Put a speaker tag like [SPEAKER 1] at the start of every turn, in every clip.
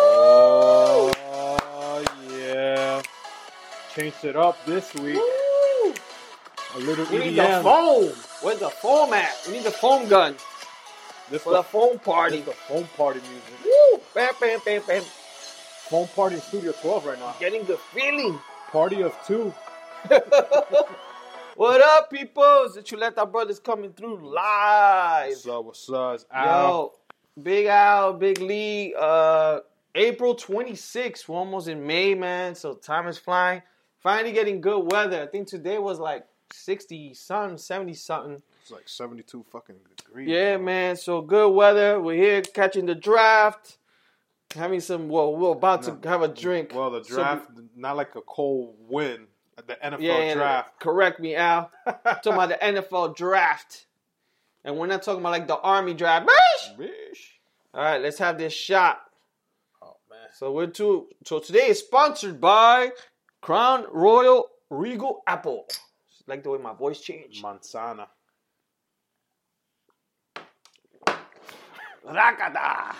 [SPEAKER 1] Woo!
[SPEAKER 2] Oh, yeah. Changed it up this week.
[SPEAKER 1] Woo!
[SPEAKER 2] A little
[SPEAKER 1] We
[SPEAKER 2] E
[SPEAKER 1] need the
[SPEAKER 2] EDM.
[SPEAKER 1] foam. Where's the foam at? We need the foam gun
[SPEAKER 2] This
[SPEAKER 1] for the foam
[SPEAKER 2] party.
[SPEAKER 1] party.
[SPEAKER 2] the phone party music.
[SPEAKER 1] Woo! Bam, bam, bam, bam.
[SPEAKER 2] Phone party in Studio 12 right now.
[SPEAKER 1] Getting the feeling.
[SPEAKER 2] Party of two.
[SPEAKER 1] What up, peoples? The Chuleta Brothers coming through live.
[SPEAKER 2] What's up? What's up? It's Al.
[SPEAKER 1] Yo, Big Al, Big Lee. Uh, April 26th. We're almost in May, man. So time is flying. Finally getting good weather. I think today was like 60 something, 70 something.
[SPEAKER 2] It's like 72 fucking degrees.
[SPEAKER 1] Yeah,
[SPEAKER 2] bro.
[SPEAKER 1] man. So good weather. We're here catching the draft. Having some. Well, we're about to
[SPEAKER 2] No.
[SPEAKER 1] have a drink.
[SPEAKER 2] Well, the
[SPEAKER 1] So-
[SPEAKER 2] draft, not like a cold win. uh, The NFL
[SPEAKER 1] yeah, yeah,
[SPEAKER 2] draft.
[SPEAKER 1] Correct me, Al. talking about the NFL draft, and we're not talking about like the Army draft. Bitch!
[SPEAKER 2] Bish.
[SPEAKER 1] All right, let's have this shot.
[SPEAKER 2] Oh, man.
[SPEAKER 1] So we're two. So today is sponsored by Crown Royal Regal Apple. Just like the way my voice changed.
[SPEAKER 2] Manzana.
[SPEAKER 1] Rakata.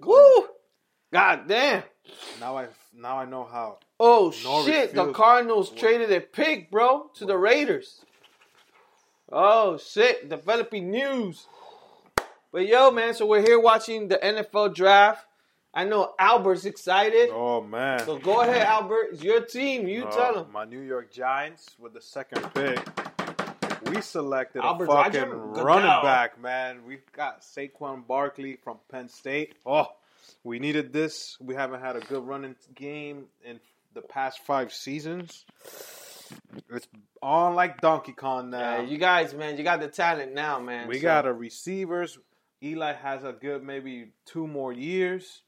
[SPEAKER 1] Woo! God damn.
[SPEAKER 2] Now I now I know how.
[SPEAKER 1] Oh
[SPEAKER 2] No
[SPEAKER 1] shit! The
[SPEAKER 2] refusal.
[SPEAKER 1] Cardinals traded a pick, bro, to the Raiders. Oh shit! Developing news. But yo, man, so we're here watching the NFL draft. I know Albert's excited.
[SPEAKER 2] Oh man.
[SPEAKER 1] So go ahead, Albert. It's your team. You
[SPEAKER 2] Uh,
[SPEAKER 1] tell him.
[SPEAKER 2] My New York Giants with the second pick. We selected
[SPEAKER 1] Albert
[SPEAKER 2] a fucking
[SPEAKER 1] Roger? Goodell.
[SPEAKER 2] running back, man. We've got Saquon Barkley from Penn State. Oh, we needed this. We haven't had a good running game in the past five seasons. It's on like Donkey Kong now.
[SPEAKER 1] Yeah, you guys, man, you got the talent now, man.
[SPEAKER 2] we
[SPEAKER 1] So-
[SPEAKER 2] got a receivers. Eli has a good maybe two more years,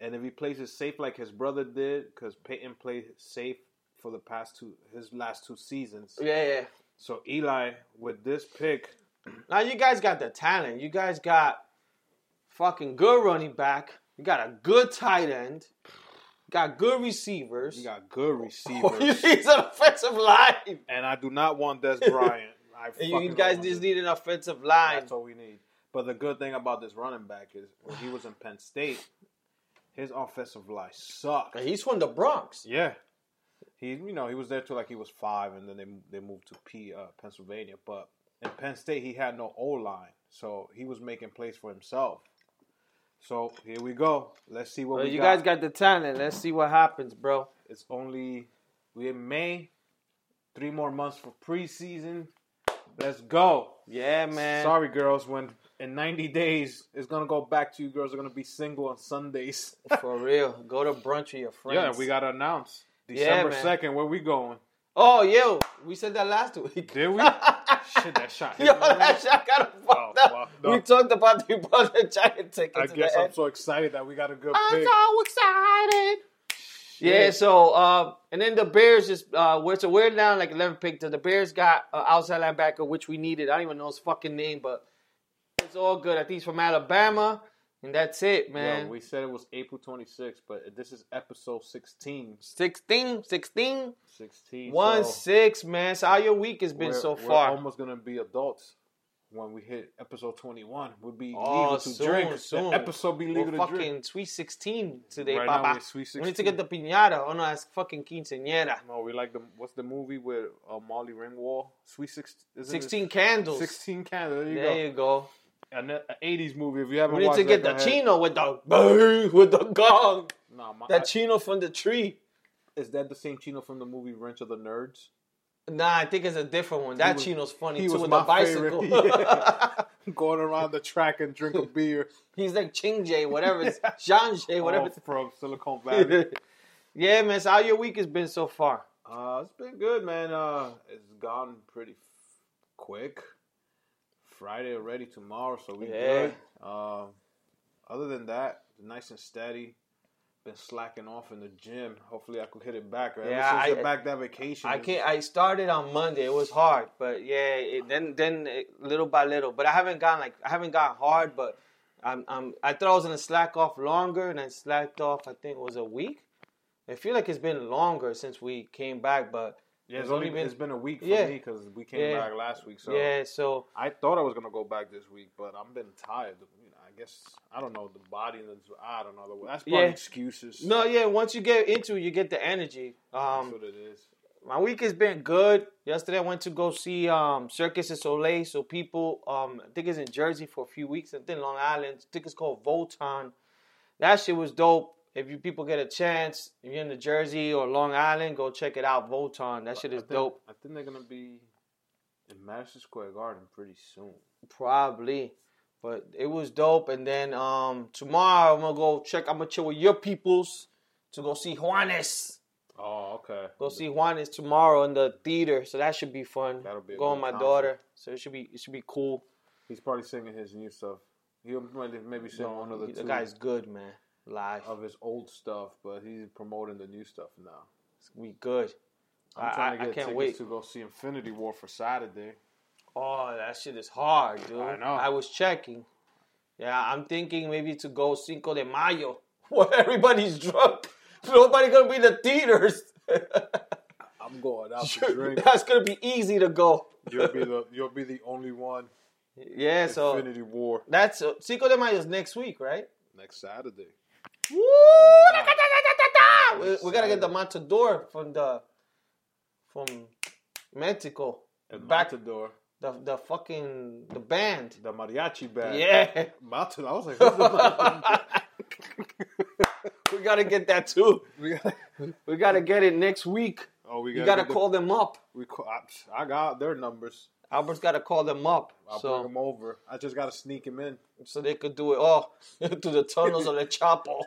[SPEAKER 2] and if he plays it safe like his brother did, because Peyton played safe for the past two his last two seasons.
[SPEAKER 1] Yeah, yeah.
[SPEAKER 2] So Eli with this pick,
[SPEAKER 1] Now you guys got the talent. You guys got fucking good running back. You got a good tight end. Got good receivers.
[SPEAKER 2] you got good
[SPEAKER 1] Oh, you
[SPEAKER 2] receivers,
[SPEAKER 1] need an offensive line.
[SPEAKER 2] and I do not want Des Bryant. I
[SPEAKER 1] And
[SPEAKER 2] fucking
[SPEAKER 1] you
[SPEAKER 2] don't
[SPEAKER 1] guys
[SPEAKER 2] want
[SPEAKER 1] just
[SPEAKER 2] Des-
[SPEAKER 1] need an offensive line.
[SPEAKER 2] That's all we need. But the good thing about this running back is when he was in Penn State, his offensive line sucked.
[SPEAKER 1] And he's from the Bronx.
[SPEAKER 2] Yeah, he you know he was there till like he was five, and then they they moved to P uh, Pennsylvania. But in Penn State, he had no O line, so he was making plays for himself. So here we go. Let's see what
[SPEAKER 1] Well,
[SPEAKER 2] we
[SPEAKER 1] you
[SPEAKER 2] got.
[SPEAKER 1] guys got the talent. Let's see what happens, bro.
[SPEAKER 2] It's only we in May, three more months for preseason. Let's go.
[SPEAKER 1] Yeah, man.
[SPEAKER 2] Sorry, girls. When in 90 days, it's gonna go back to you. Girls are gonna be single on Sundays.
[SPEAKER 1] For real. Go to brunch with your
[SPEAKER 2] yeah,
[SPEAKER 1] friends.
[SPEAKER 2] we gotta announce
[SPEAKER 1] Yeah,
[SPEAKER 2] December
[SPEAKER 1] man.
[SPEAKER 2] second. Where we going?
[SPEAKER 1] Oh, yo. We said that last week.
[SPEAKER 2] Did we? Shit, that shot. hit
[SPEAKER 1] Yo,
[SPEAKER 2] me right
[SPEAKER 1] that shot got him fucked
[SPEAKER 2] Oh,
[SPEAKER 1] up.
[SPEAKER 2] well, no.
[SPEAKER 1] We talked about the brother giant ticket.
[SPEAKER 2] I
[SPEAKER 1] to
[SPEAKER 2] guess
[SPEAKER 1] the
[SPEAKER 2] I'm
[SPEAKER 1] end.
[SPEAKER 2] so excited that we got a good
[SPEAKER 1] I'm
[SPEAKER 2] pick.
[SPEAKER 1] so excited. Yeah, so uh, and then the Bears just uh, we're so we're down like 11 pick. The Bears got uh, outside linebacker, which we needed. I don't even know his fucking name, but it's all good. I think he's from Alabama, and that's it, man.
[SPEAKER 2] Yo, we said it was April 26th, but this is episode 16.
[SPEAKER 1] 16, 16,
[SPEAKER 2] 16.
[SPEAKER 1] 1
[SPEAKER 2] so
[SPEAKER 1] 6, man. So how your week has been
[SPEAKER 2] we're-
[SPEAKER 1] so
[SPEAKER 2] we're
[SPEAKER 1] far?
[SPEAKER 2] almost going to be adults when we hit episode 21. We'll be
[SPEAKER 1] Oh,
[SPEAKER 2] legal to
[SPEAKER 1] soon,
[SPEAKER 2] drink. The
[SPEAKER 1] soon.
[SPEAKER 2] episode be legal
[SPEAKER 1] We're
[SPEAKER 2] to drink.
[SPEAKER 1] fucking sweet 16 today,
[SPEAKER 2] Right now
[SPEAKER 1] Papa.
[SPEAKER 2] we're
[SPEAKER 1] We
[SPEAKER 2] sweet
[SPEAKER 1] need to get the piñata. Oh no, that's fucking quinceañera.
[SPEAKER 2] No, we like the what's the movie with uh, Molly Ringwald? Sweet six, isn't it?
[SPEAKER 1] 16 candles.
[SPEAKER 2] 16 Canada. There you
[SPEAKER 1] there you go.
[SPEAKER 2] go. An, an 80s uh, movie. If you haven't
[SPEAKER 1] We need
[SPEAKER 2] watched
[SPEAKER 1] to get the
[SPEAKER 2] that,
[SPEAKER 1] chino with the bang, with the gong.
[SPEAKER 2] No, my,
[SPEAKER 1] That chino from the tree.
[SPEAKER 2] is that the same Chino from the movie Wrench of the Nerds?
[SPEAKER 1] Nah, I think it's a different one. That
[SPEAKER 2] was-
[SPEAKER 1] chino's funny
[SPEAKER 2] he
[SPEAKER 1] too
[SPEAKER 2] was
[SPEAKER 1] with the
[SPEAKER 2] my favorite.
[SPEAKER 1] bicycle.
[SPEAKER 2] Yeah. Going around the track and drink a beer.
[SPEAKER 1] He's like Ching Jay, whatever. it's Jean Jay, whatever.
[SPEAKER 2] All from Silicon Valley.
[SPEAKER 1] yeah, man. So how your week has been so far?
[SPEAKER 2] Uh, it's been good, man. Uh, it's gone pretty f- quick. Friday already tomorrow, so we
[SPEAKER 1] Yeah.
[SPEAKER 2] good. Uh, other than that, nice and steady. Been slacking off in the gym. Hopefully, I could hit it back. Ever
[SPEAKER 1] Yeah,
[SPEAKER 2] since
[SPEAKER 1] I-
[SPEAKER 2] the back that vacation,
[SPEAKER 1] I can't. I started on Monday. It was hard, but yeah. It, then then it, little by little, but I haven't gone like I haven't gone hard, but I'm, I'm I thought I was gonna slack off longer, and I slacked off. I think it was a week. I feel like it's been longer since we came back, but
[SPEAKER 2] Yeah, it's only been it's been a week for me
[SPEAKER 1] Yeah.
[SPEAKER 2] 'cause me because we came
[SPEAKER 1] Yeah.
[SPEAKER 2] back last week. So
[SPEAKER 1] yeah. So
[SPEAKER 2] I thought I was gonna go back this week, but I've been tired. You know, I guess I don't know the body. that's- I don't know. That's probably
[SPEAKER 1] Yeah.
[SPEAKER 2] excuses.
[SPEAKER 1] No, yeah. Once you get into it, you get the energy.
[SPEAKER 2] that's
[SPEAKER 1] Um,
[SPEAKER 2] what it is.
[SPEAKER 1] my week has been good. Yesterday, I went to go see um, Circus in Soleil. So people, um, I think it's in Jersey for a few weeks. I think Long Island. I think it's called Volton. That shit was dope. If you people get a chance, if you're in the Jersey or Long Island, go check it out. Volton. That shit
[SPEAKER 2] I
[SPEAKER 1] is
[SPEAKER 2] think-
[SPEAKER 1] dope.
[SPEAKER 2] I think they're gonna be in Madison Square Garden pretty soon.
[SPEAKER 1] Probably. But it was dope. And then um, tomorrow I'm gonna go check. I'm gonna chill with your peoples to go see Juanes.
[SPEAKER 2] Oh, okay.
[SPEAKER 1] Go see Juanes tomorrow in the theater. So that should be fun.
[SPEAKER 2] That'll be a
[SPEAKER 1] go
[SPEAKER 2] good
[SPEAKER 1] with my
[SPEAKER 2] concert.
[SPEAKER 1] daughter. So it should be it should be cool.
[SPEAKER 2] He's probably singing his new stuff. He'll maybe maybe sing one of the,
[SPEAKER 1] the
[SPEAKER 2] two
[SPEAKER 1] guy's good, man. Live,
[SPEAKER 2] of his old stuff, but he's promoting the new stuff now.
[SPEAKER 1] we good. I-
[SPEAKER 2] I'm trying
[SPEAKER 1] I- I
[SPEAKER 2] to get
[SPEAKER 1] can't
[SPEAKER 2] tickets
[SPEAKER 1] wait.
[SPEAKER 2] to go see Infinity War for Saturday.
[SPEAKER 1] Oh, that shit is hard, dude.
[SPEAKER 2] I know.
[SPEAKER 1] was checking. Yeah, I'm thinking maybe to go Cinco de Mayo, where everybody's drunk. Nobody gonna be in the theaters.
[SPEAKER 2] I'm going out to drink.
[SPEAKER 1] That's gonna be easy to go.
[SPEAKER 2] You'll be the you'll be the only one.
[SPEAKER 1] Yeah, so
[SPEAKER 2] Infinity War
[SPEAKER 1] that's uh, Cinco de Mayo is next week, right?
[SPEAKER 2] next Saturday.
[SPEAKER 1] Woo! We, we gotta get the matador from the from Mexico.
[SPEAKER 2] And
[SPEAKER 1] Back-
[SPEAKER 2] Matador,
[SPEAKER 1] The the fucking the band.
[SPEAKER 2] the mariachi band.
[SPEAKER 1] Yeah.
[SPEAKER 2] Matador. I was like, who's the Matador?
[SPEAKER 1] we gotta get that too.
[SPEAKER 2] we gotta,
[SPEAKER 1] We gotta get it next week.
[SPEAKER 2] oh, we
[SPEAKER 1] You
[SPEAKER 2] gotta,
[SPEAKER 1] gotta
[SPEAKER 2] get the-
[SPEAKER 1] call them up.
[SPEAKER 2] we call, I, I got their numbers.
[SPEAKER 1] Albert's gotta call them up
[SPEAKER 2] I'll bring
[SPEAKER 1] so
[SPEAKER 2] them over. I just gotta sneak them in.
[SPEAKER 1] so they could do it all through the tunnels of the chapel.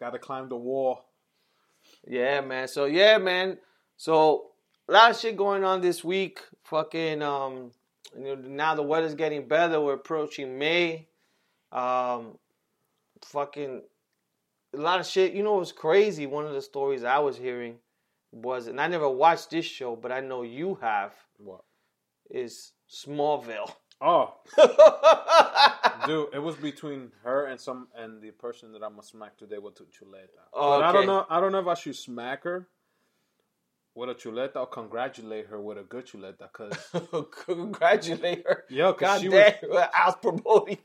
[SPEAKER 2] Gotta climb the wall.
[SPEAKER 1] Yeah, man. So yeah, man. So a lot of shit going on this week. Fucking um you know, now the weather's getting better. We're approaching May. Um fucking a lot of shit. You know what's crazy? One of the stories I was hearing was and I never watched this show, but I know you have,
[SPEAKER 2] What?
[SPEAKER 1] is Smallville.
[SPEAKER 2] Oh, dude, it was between her and some and the person that I'm gonna smack today with a chuleta.
[SPEAKER 1] Oh,
[SPEAKER 2] but I
[SPEAKER 1] okay.
[SPEAKER 2] don't know. I don't know if I should smack her with a chuleta or congratulate her with a good chuleta. Cause
[SPEAKER 1] Congratulate her.
[SPEAKER 2] Yo, 'cause
[SPEAKER 1] God
[SPEAKER 2] she
[SPEAKER 1] damn, I was promoting.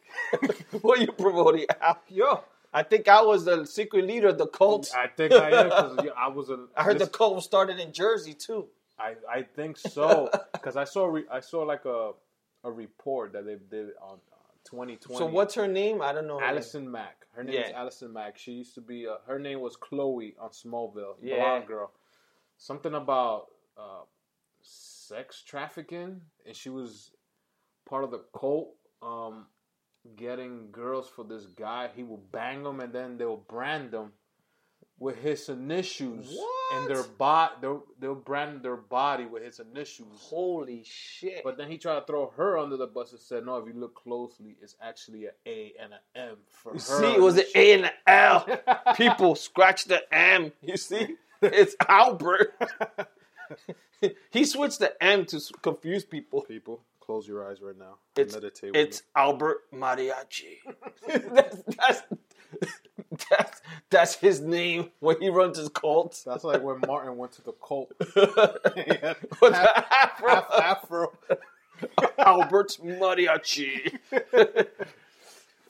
[SPEAKER 1] what are you promoting? Al?
[SPEAKER 2] yo,
[SPEAKER 1] I think I was the secret leader of the cult.
[SPEAKER 2] I think I am. Cause yeah, I was a.
[SPEAKER 1] I heard the
[SPEAKER 2] this-
[SPEAKER 1] cult was started in Jersey too.
[SPEAKER 2] I I think so. Cause I saw re, I saw like a a report that they did on uh, 2020.
[SPEAKER 1] So what's her name? I don't know. her name.
[SPEAKER 2] Allison Mack. Her name is
[SPEAKER 1] Yeah.
[SPEAKER 2] Allison Mack. She used to be. Uh, her name was Chloe on Smallville.
[SPEAKER 1] Yeah.
[SPEAKER 2] Blonde girl. Something about uh, sex trafficking, and she was part of the cult, um, getting girls for this guy. He will bang them, and then they'll brand them with his initials and their body. They'll, they'll brand their body with his initials.
[SPEAKER 1] Holy shit!
[SPEAKER 2] But then he tried to throw her under the bus and said, "No, if you look closely, it's actually an A and an M for her."
[SPEAKER 1] see, it was an A and an L. People scratch the M. You see, it's Albert. he switched the M to s- confuse people.
[SPEAKER 2] People, close your eyes right now.
[SPEAKER 1] It's-
[SPEAKER 2] Meditate.
[SPEAKER 1] It's Albert Mariachi. that's, that's that's that's his name when he runs his cult.
[SPEAKER 2] that's like when Martin went to the cult.
[SPEAKER 1] With
[SPEAKER 2] half,
[SPEAKER 1] the afro.
[SPEAKER 2] half Afro.
[SPEAKER 1] Albert's mariachi.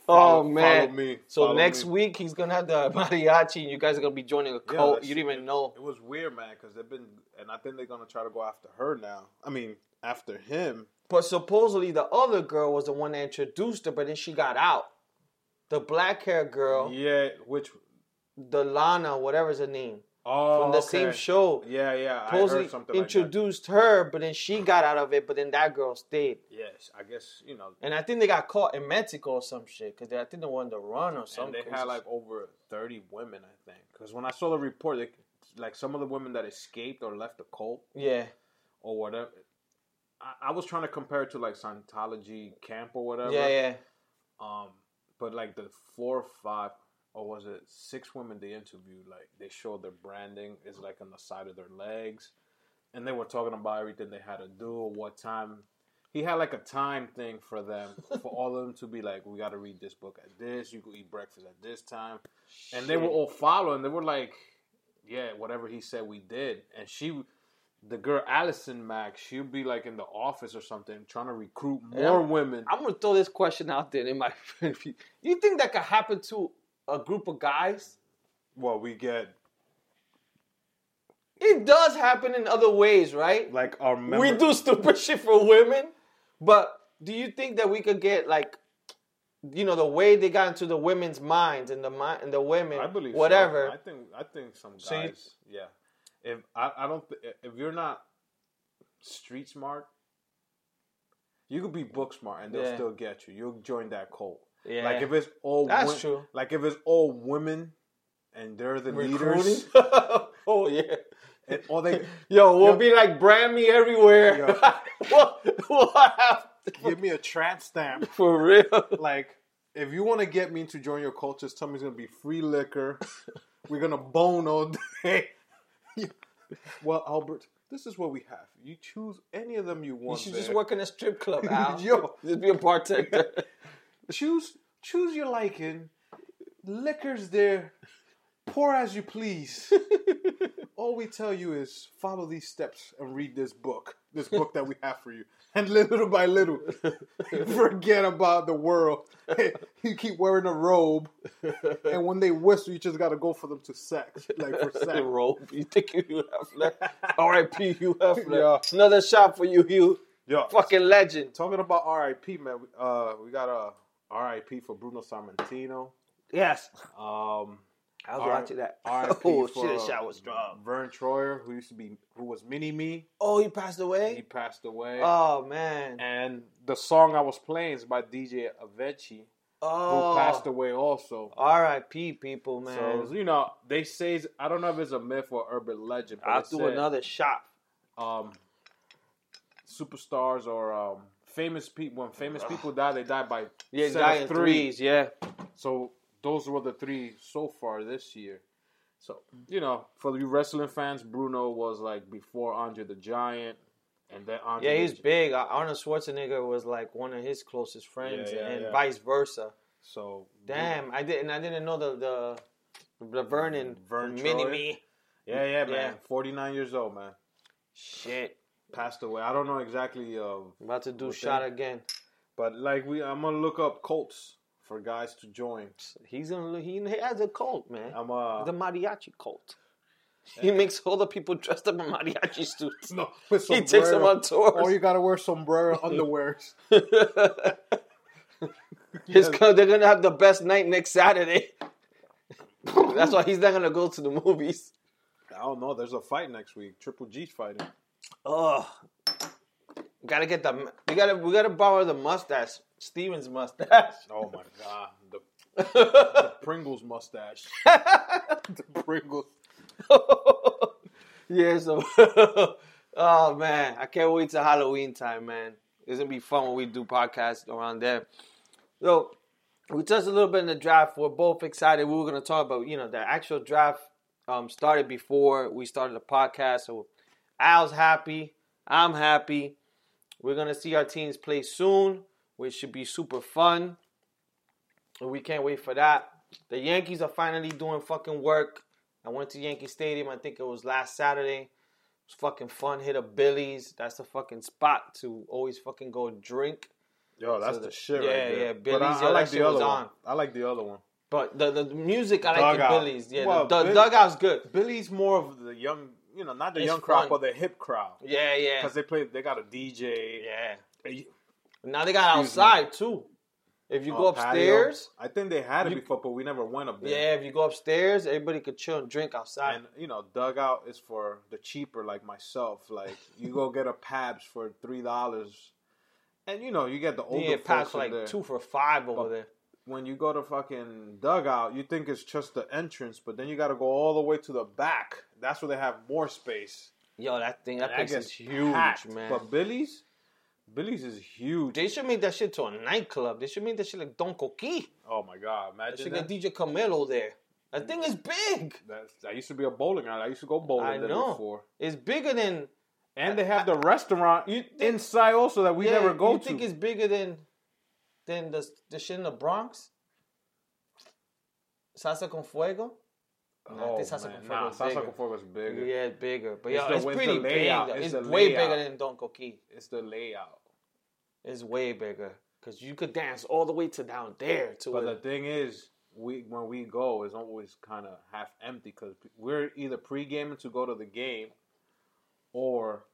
[SPEAKER 1] oh man!
[SPEAKER 2] follow me,
[SPEAKER 1] So
[SPEAKER 2] follow
[SPEAKER 1] next
[SPEAKER 2] me.
[SPEAKER 1] week he's gonna have the mariachi, and you guys are gonna be joining a cult.
[SPEAKER 2] that's-
[SPEAKER 1] you didn't even know.
[SPEAKER 2] It was weird, man, because they've been, and I think they're gonna try to go after her now. I mean, after him.
[SPEAKER 1] But supposedly the other girl was the one that introduced her, but then she got out. The black hair girl,
[SPEAKER 2] Yeah, which
[SPEAKER 1] the Lana, whatever's her name,
[SPEAKER 2] oh,
[SPEAKER 1] from the
[SPEAKER 2] okay.
[SPEAKER 1] same show,
[SPEAKER 2] Yeah, yeah. I heard
[SPEAKER 1] supposedly
[SPEAKER 2] something like that.
[SPEAKER 1] introduced her, but then she got out of it. But then that girl stayed.
[SPEAKER 2] Yes, I guess you know.
[SPEAKER 1] And I think they got caught in Mexico or some shit because I think they wanted to run or
[SPEAKER 2] And
[SPEAKER 1] something.
[SPEAKER 2] they had like over thirty women, I think. Because when I saw the report, like, like some of the women that escaped or left the cult,
[SPEAKER 1] yeah,
[SPEAKER 2] or whatever. I, I was trying to compare it to like Scientology camp or whatever.
[SPEAKER 1] yeah, yeah.
[SPEAKER 2] Um, but like the four or five, or was it six women they interviewed? Like they showed their branding is like on the side of their legs, and they were talking about everything they had to do, what time. He had like a time thing for them, for all of them to be like, we got to read this book at this. You could eat breakfast at this time, and they were all following. They were like, yeah, whatever he said, we did. And she, the girl Allison Mack, she'll be like in the office or something, trying to recruit more women.
[SPEAKER 1] I'm gonna throw this question out there in my. you think that could happen to a group of guys?
[SPEAKER 2] Well, we get
[SPEAKER 1] It does happen in other ways, right?
[SPEAKER 2] like our member.
[SPEAKER 1] we do stupid shit for women, but do you think that we could get like, you know, the way they got into the women's minds and the mind and the women,
[SPEAKER 2] I believe so.
[SPEAKER 1] whatever?
[SPEAKER 2] I think I think some guys. yeah. If I, I don't thi- if you're not street smart, you could be book smart and they'll
[SPEAKER 1] Yeah.
[SPEAKER 2] still get you. You'll join that cult.
[SPEAKER 1] Yeah.
[SPEAKER 2] Like if it's all
[SPEAKER 1] That's
[SPEAKER 2] wo-
[SPEAKER 1] true.
[SPEAKER 2] Like if it's all women and they're the
[SPEAKER 1] Recruiting?
[SPEAKER 2] leaders.
[SPEAKER 1] oh yeah.
[SPEAKER 2] And all they
[SPEAKER 1] Yo, we'll
[SPEAKER 2] Yo.
[SPEAKER 1] be like brand me everywhere.
[SPEAKER 2] Yo.
[SPEAKER 1] we'll, we'll have
[SPEAKER 2] give me a tramp stamp.
[SPEAKER 1] for real.
[SPEAKER 2] Like if you want to get me to join your cult, just tell me it's gonna be free liquor. We're gonna bone all day. well, Albert, this is what we have. You choose any of them you
[SPEAKER 1] You
[SPEAKER 2] want.
[SPEAKER 1] should just
[SPEAKER 2] there.
[SPEAKER 1] work in a strip club, Al.
[SPEAKER 2] Yo.
[SPEAKER 1] Just be a bartender.
[SPEAKER 2] choose choose your liking. Liquor's there. Pour as you please. All we tell you is follow these steps and read this book. This book that we have for you. And little by little, you forget about the world. you keep wearing a robe. And when they whistle, you just gotta go for them to sex. Like for sex.
[SPEAKER 1] rope. You think you have left? R.I.P. You have left.
[SPEAKER 2] Yeah.
[SPEAKER 1] Another shot for you, Hugh.
[SPEAKER 2] Yeah.
[SPEAKER 1] Fucking legend.
[SPEAKER 2] Talking about RIP, man. we- Uh, we got a RIP for Bruno Sammartino.
[SPEAKER 1] Yes.
[SPEAKER 2] Um,
[SPEAKER 1] I was
[SPEAKER 2] R-
[SPEAKER 1] watching that.
[SPEAKER 2] RIP
[SPEAKER 1] oh
[SPEAKER 2] for,
[SPEAKER 1] shit, that
[SPEAKER 2] uh,
[SPEAKER 1] shot was strong.
[SPEAKER 2] Vern Troyer, who used to be who was Mini Me,
[SPEAKER 1] Oh, he passed
[SPEAKER 2] he
[SPEAKER 1] away.
[SPEAKER 2] passed away.
[SPEAKER 1] Oh man.
[SPEAKER 2] and the song I was playing is by DJ Avicii, who
[SPEAKER 1] Oh.
[SPEAKER 2] passed away also.
[SPEAKER 1] R.I.P. People, man.
[SPEAKER 2] So you know, they say it's- I don't know if it's a myth or urban legend. But
[SPEAKER 1] I'll
[SPEAKER 2] it
[SPEAKER 1] do
[SPEAKER 2] said,
[SPEAKER 1] another shot.
[SPEAKER 2] Um, superstars or um, famous people. When famous people die, they die by
[SPEAKER 1] Yeah,
[SPEAKER 2] set of
[SPEAKER 1] guy in threes. Yeah.
[SPEAKER 2] So those were the three so far this year. So
[SPEAKER 1] Mm.
[SPEAKER 2] you know, for you wrestling fans, Bruno was like before Andre the Giant, and then Andre.
[SPEAKER 1] Yeah,
[SPEAKER 2] the
[SPEAKER 1] he's
[SPEAKER 2] Gi-
[SPEAKER 1] big. Uh, Arnold Schwarzenegger was like one of his closest friends,
[SPEAKER 2] Yeah, yeah,
[SPEAKER 1] and
[SPEAKER 2] yeah.
[SPEAKER 1] vice versa.
[SPEAKER 2] so
[SPEAKER 1] Damn, I didn't. I didn't know the the, the Vernon
[SPEAKER 2] Vern
[SPEAKER 1] mini
[SPEAKER 2] Troyer?
[SPEAKER 1] me.
[SPEAKER 2] Yeah, yeah, man.
[SPEAKER 1] Yeah.
[SPEAKER 2] Forty nine years old, man.
[SPEAKER 1] Shit,
[SPEAKER 2] Passed away. I don't know exactly, uh,
[SPEAKER 1] I'm about to do
[SPEAKER 2] Well,
[SPEAKER 1] shot
[SPEAKER 2] thank-
[SPEAKER 1] again.
[SPEAKER 2] but like we, I'm gonna look up Colts for guys to join.
[SPEAKER 1] He's gonna. look- He, he has a cult, man.
[SPEAKER 2] I'm uh,
[SPEAKER 1] the mariachi cult. He makes all the people dressed up in mariachi suits.
[SPEAKER 2] no, with
[SPEAKER 1] He takes them
[SPEAKER 2] sombrero.
[SPEAKER 1] on tours.
[SPEAKER 2] Or Oh, you gotta wear sombrero underwears.
[SPEAKER 1] His co- they're gonna have the best night next Saturday. That's why he's not gonna go to the movies.
[SPEAKER 2] I don't know. There's a fight next week. Triple G's fighting.
[SPEAKER 1] Ugh. Gotta get the we gotta we gotta borrow the mustache. Steven's mustache.
[SPEAKER 2] Oh my god, the
[SPEAKER 1] yeah,
[SPEAKER 2] Pringles mustache. the Pringles.
[SPEAKER 1] so Oh man, I can't wait to Halloween time, man. It's gonna be fun when we do podcasts around there. So we touched a little bit in the draft. We're both excited. We were gonna talk about, you know, the actual draft um, started before we started the podcast. So Al's happy. I'm happy. We're gonna see our teams play soon, which should be super fun. And we can't wait for that. The Yankees are finally doing fucking work. I went to Yankee Stadium. I think it was last Saturday. It was fucking fun. Hit a Billy's. That's the fucking spot to always fucking go drink.
[SPEAKER 2] Yo, that's
[SPEAKER 1] So
[SPEAKER 2] the,
[SPEAKER 1] the-
[SPEAKER 2] shit
[SPEAKER 1] yeah,
[SPEAKER 2] right there.
[SPEAKER 1] yeah,
[SPEAKER 2] But
[SPEAKER 1] Billy's,
[SPEAKER 2] I,
[SPEAKER 1] yo,
[SPEAKER 2] I
[SPEAKER 1] that
[SPEAKER 2] like the
[SPEAKER 1] shit was
[SPEAKER 2] other one.
[SPEAKER 1] on.
[SPEAKER 2] I like the other one.
[SPEAKER 1] But the, the music I like in
[SPEAKER 2] Dugout.
[SPEAKER 1] Billy's. Yeah,
[SPEAKER 2] Well,
[SPEAKER 1] the, the
[SPEAKER 2] Bill-
[SPEAKER 1] dugout's good.
[SPEAKER 2] Billy's more of the young, you know, not the
[SPEAKER 1] It's
[SPEAKER 2] young crowd,
[SPEAKER 1] fun.
[SPEAKER 2] but the hip crowd.
[SPEAKER 1] Yeah, yeah,
[SPEAKER 2] Because they play, they got a DJ.
[SPEAKER 1] yeah.
[SPEAKER 2] Yeah.
[SPEAKER 1] Now they got
[SPEAKER 2] Excuse me. Oh,
[SPEAKER 1] outside too. If you go upstairs,
[SPEAKER 2] I think they had it
[SPEAKER 1] You-
[SPEAKER 2] before, but we never went up there.
[SPEAKER 1] yeah, if you go upstairs, everybody could chill and drink outside.
[SPEAKER 2] And you know, dugout is for the cheaper, like myself. Like you go get a Pabs for three dollars, and you know you get the older
[SPEAKER 1] yeah,
[SPEAKER 2] folks
[SPEAKER 1] packs
[SPEAKER 2] in
[SPEAKER 1] like
[SPEAKER 2] there.
[SPEAKER 1] two for five over there.
[SPEAKER 2] When you go to fucking dugout, you think it's just the entrance, but then you got to go all the way to the back. That's where they have more space.
[SPEAKER 1] Yo, that thing, that
[SPEAKER 2] That
[SPEAKER 1] place
[SPEAKER 2] gets
[SPEAKER 1] is huge,
[SPEAKER 2] packed.
[SPEAKER 1] man.
[SPEAKER 2] But Billy's, Billy's is huge.
[SPEAKER 1] They should make that shit to a nightclub. They should make that shit like Don Coqui.
[SPEAKER 2] Oh my god!
[SPEAKER 1] They
[SPEAKER 2] Imagine
[SPEAKER 1] should
[SPEAKER 2] that.
[SPEAKER 1] get DJ Camelo there.
[SPEAKER 2] Mm.
[SPEAKER 1] That thing is big.
[SPEAKER 2] That's, that used to be a bowling alley. I used to go bowling
[SPEAKER 1] I
[SPEAKER 2] there
[SPEAKER 1] know.
[SPEAKER 2] before.
[SPEAKER 1] It's bigger than
[SPEAKER 2] And they have the restaurant inside also that we
[SPEAKER 1] yeah,
[SPEAKER 2] never go
[SPEAKER 1] You
[SPEAKER 2] to.
[SPEAKER 1] think it's bigger than than the the shit in the Bronx? Salsa con fuego. Nah, I think Sasa
[SPEAKER 2] Oh, man. Nah,
[SPEAKER 1] Conforto is
[SPEAKER 2] Sasa
[SPEAKER 1] bigger.
[SPEAKER 2] Conforto's bigger.
[SPEAKER 1] Yeah, it's bigger. But
[SPEAKER 2] It's
[SPEAKER 1] yeah,
[SPEAKER 2] the-
[SPEAKER 1] it's
[SPEAKER 2] it's the
[SPEAKER 1] pretty big.
[SPEAKER 2] layout.
[SPEAKER 1] though.
[SPEAKER 2] It's
[SPEAKER 1] It's,
[SPEAKER 2] the
[SPEAKER 1] way
[SPEAKER 2] layout.
[SPEAKER 1] bigger than Don Coquille.
[SPEAKER 2] It's the layout.
[SPEAKER 1] It's way bigger because you could dance all the way to down there to
[SPEAKER 2] But
[SPEAKER 1] it.
[SPEAKER 2] the thing is, we when we go, it's always kind of half empty because we're either pre-gaming to go to the game, or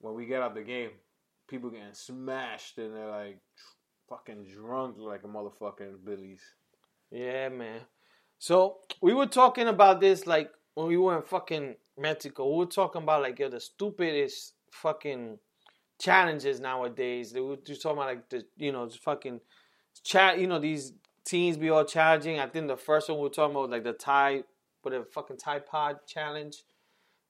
[SPEAKER 2] when we get out the game, people getting smashed and they're like fucking drunk like a motherfucking Billy's.
[SPEAKER 1] Yeah, man. So we were talking about this like when we were in fucking Mexico. We were talking about like yo, the stupidest fucking challenges nowadays. They were just talking about like the you know the fucking chat. You know these teens be all challenging. I think the first one we were talking about was like the Thai, but the fucking Tide Pod challenge.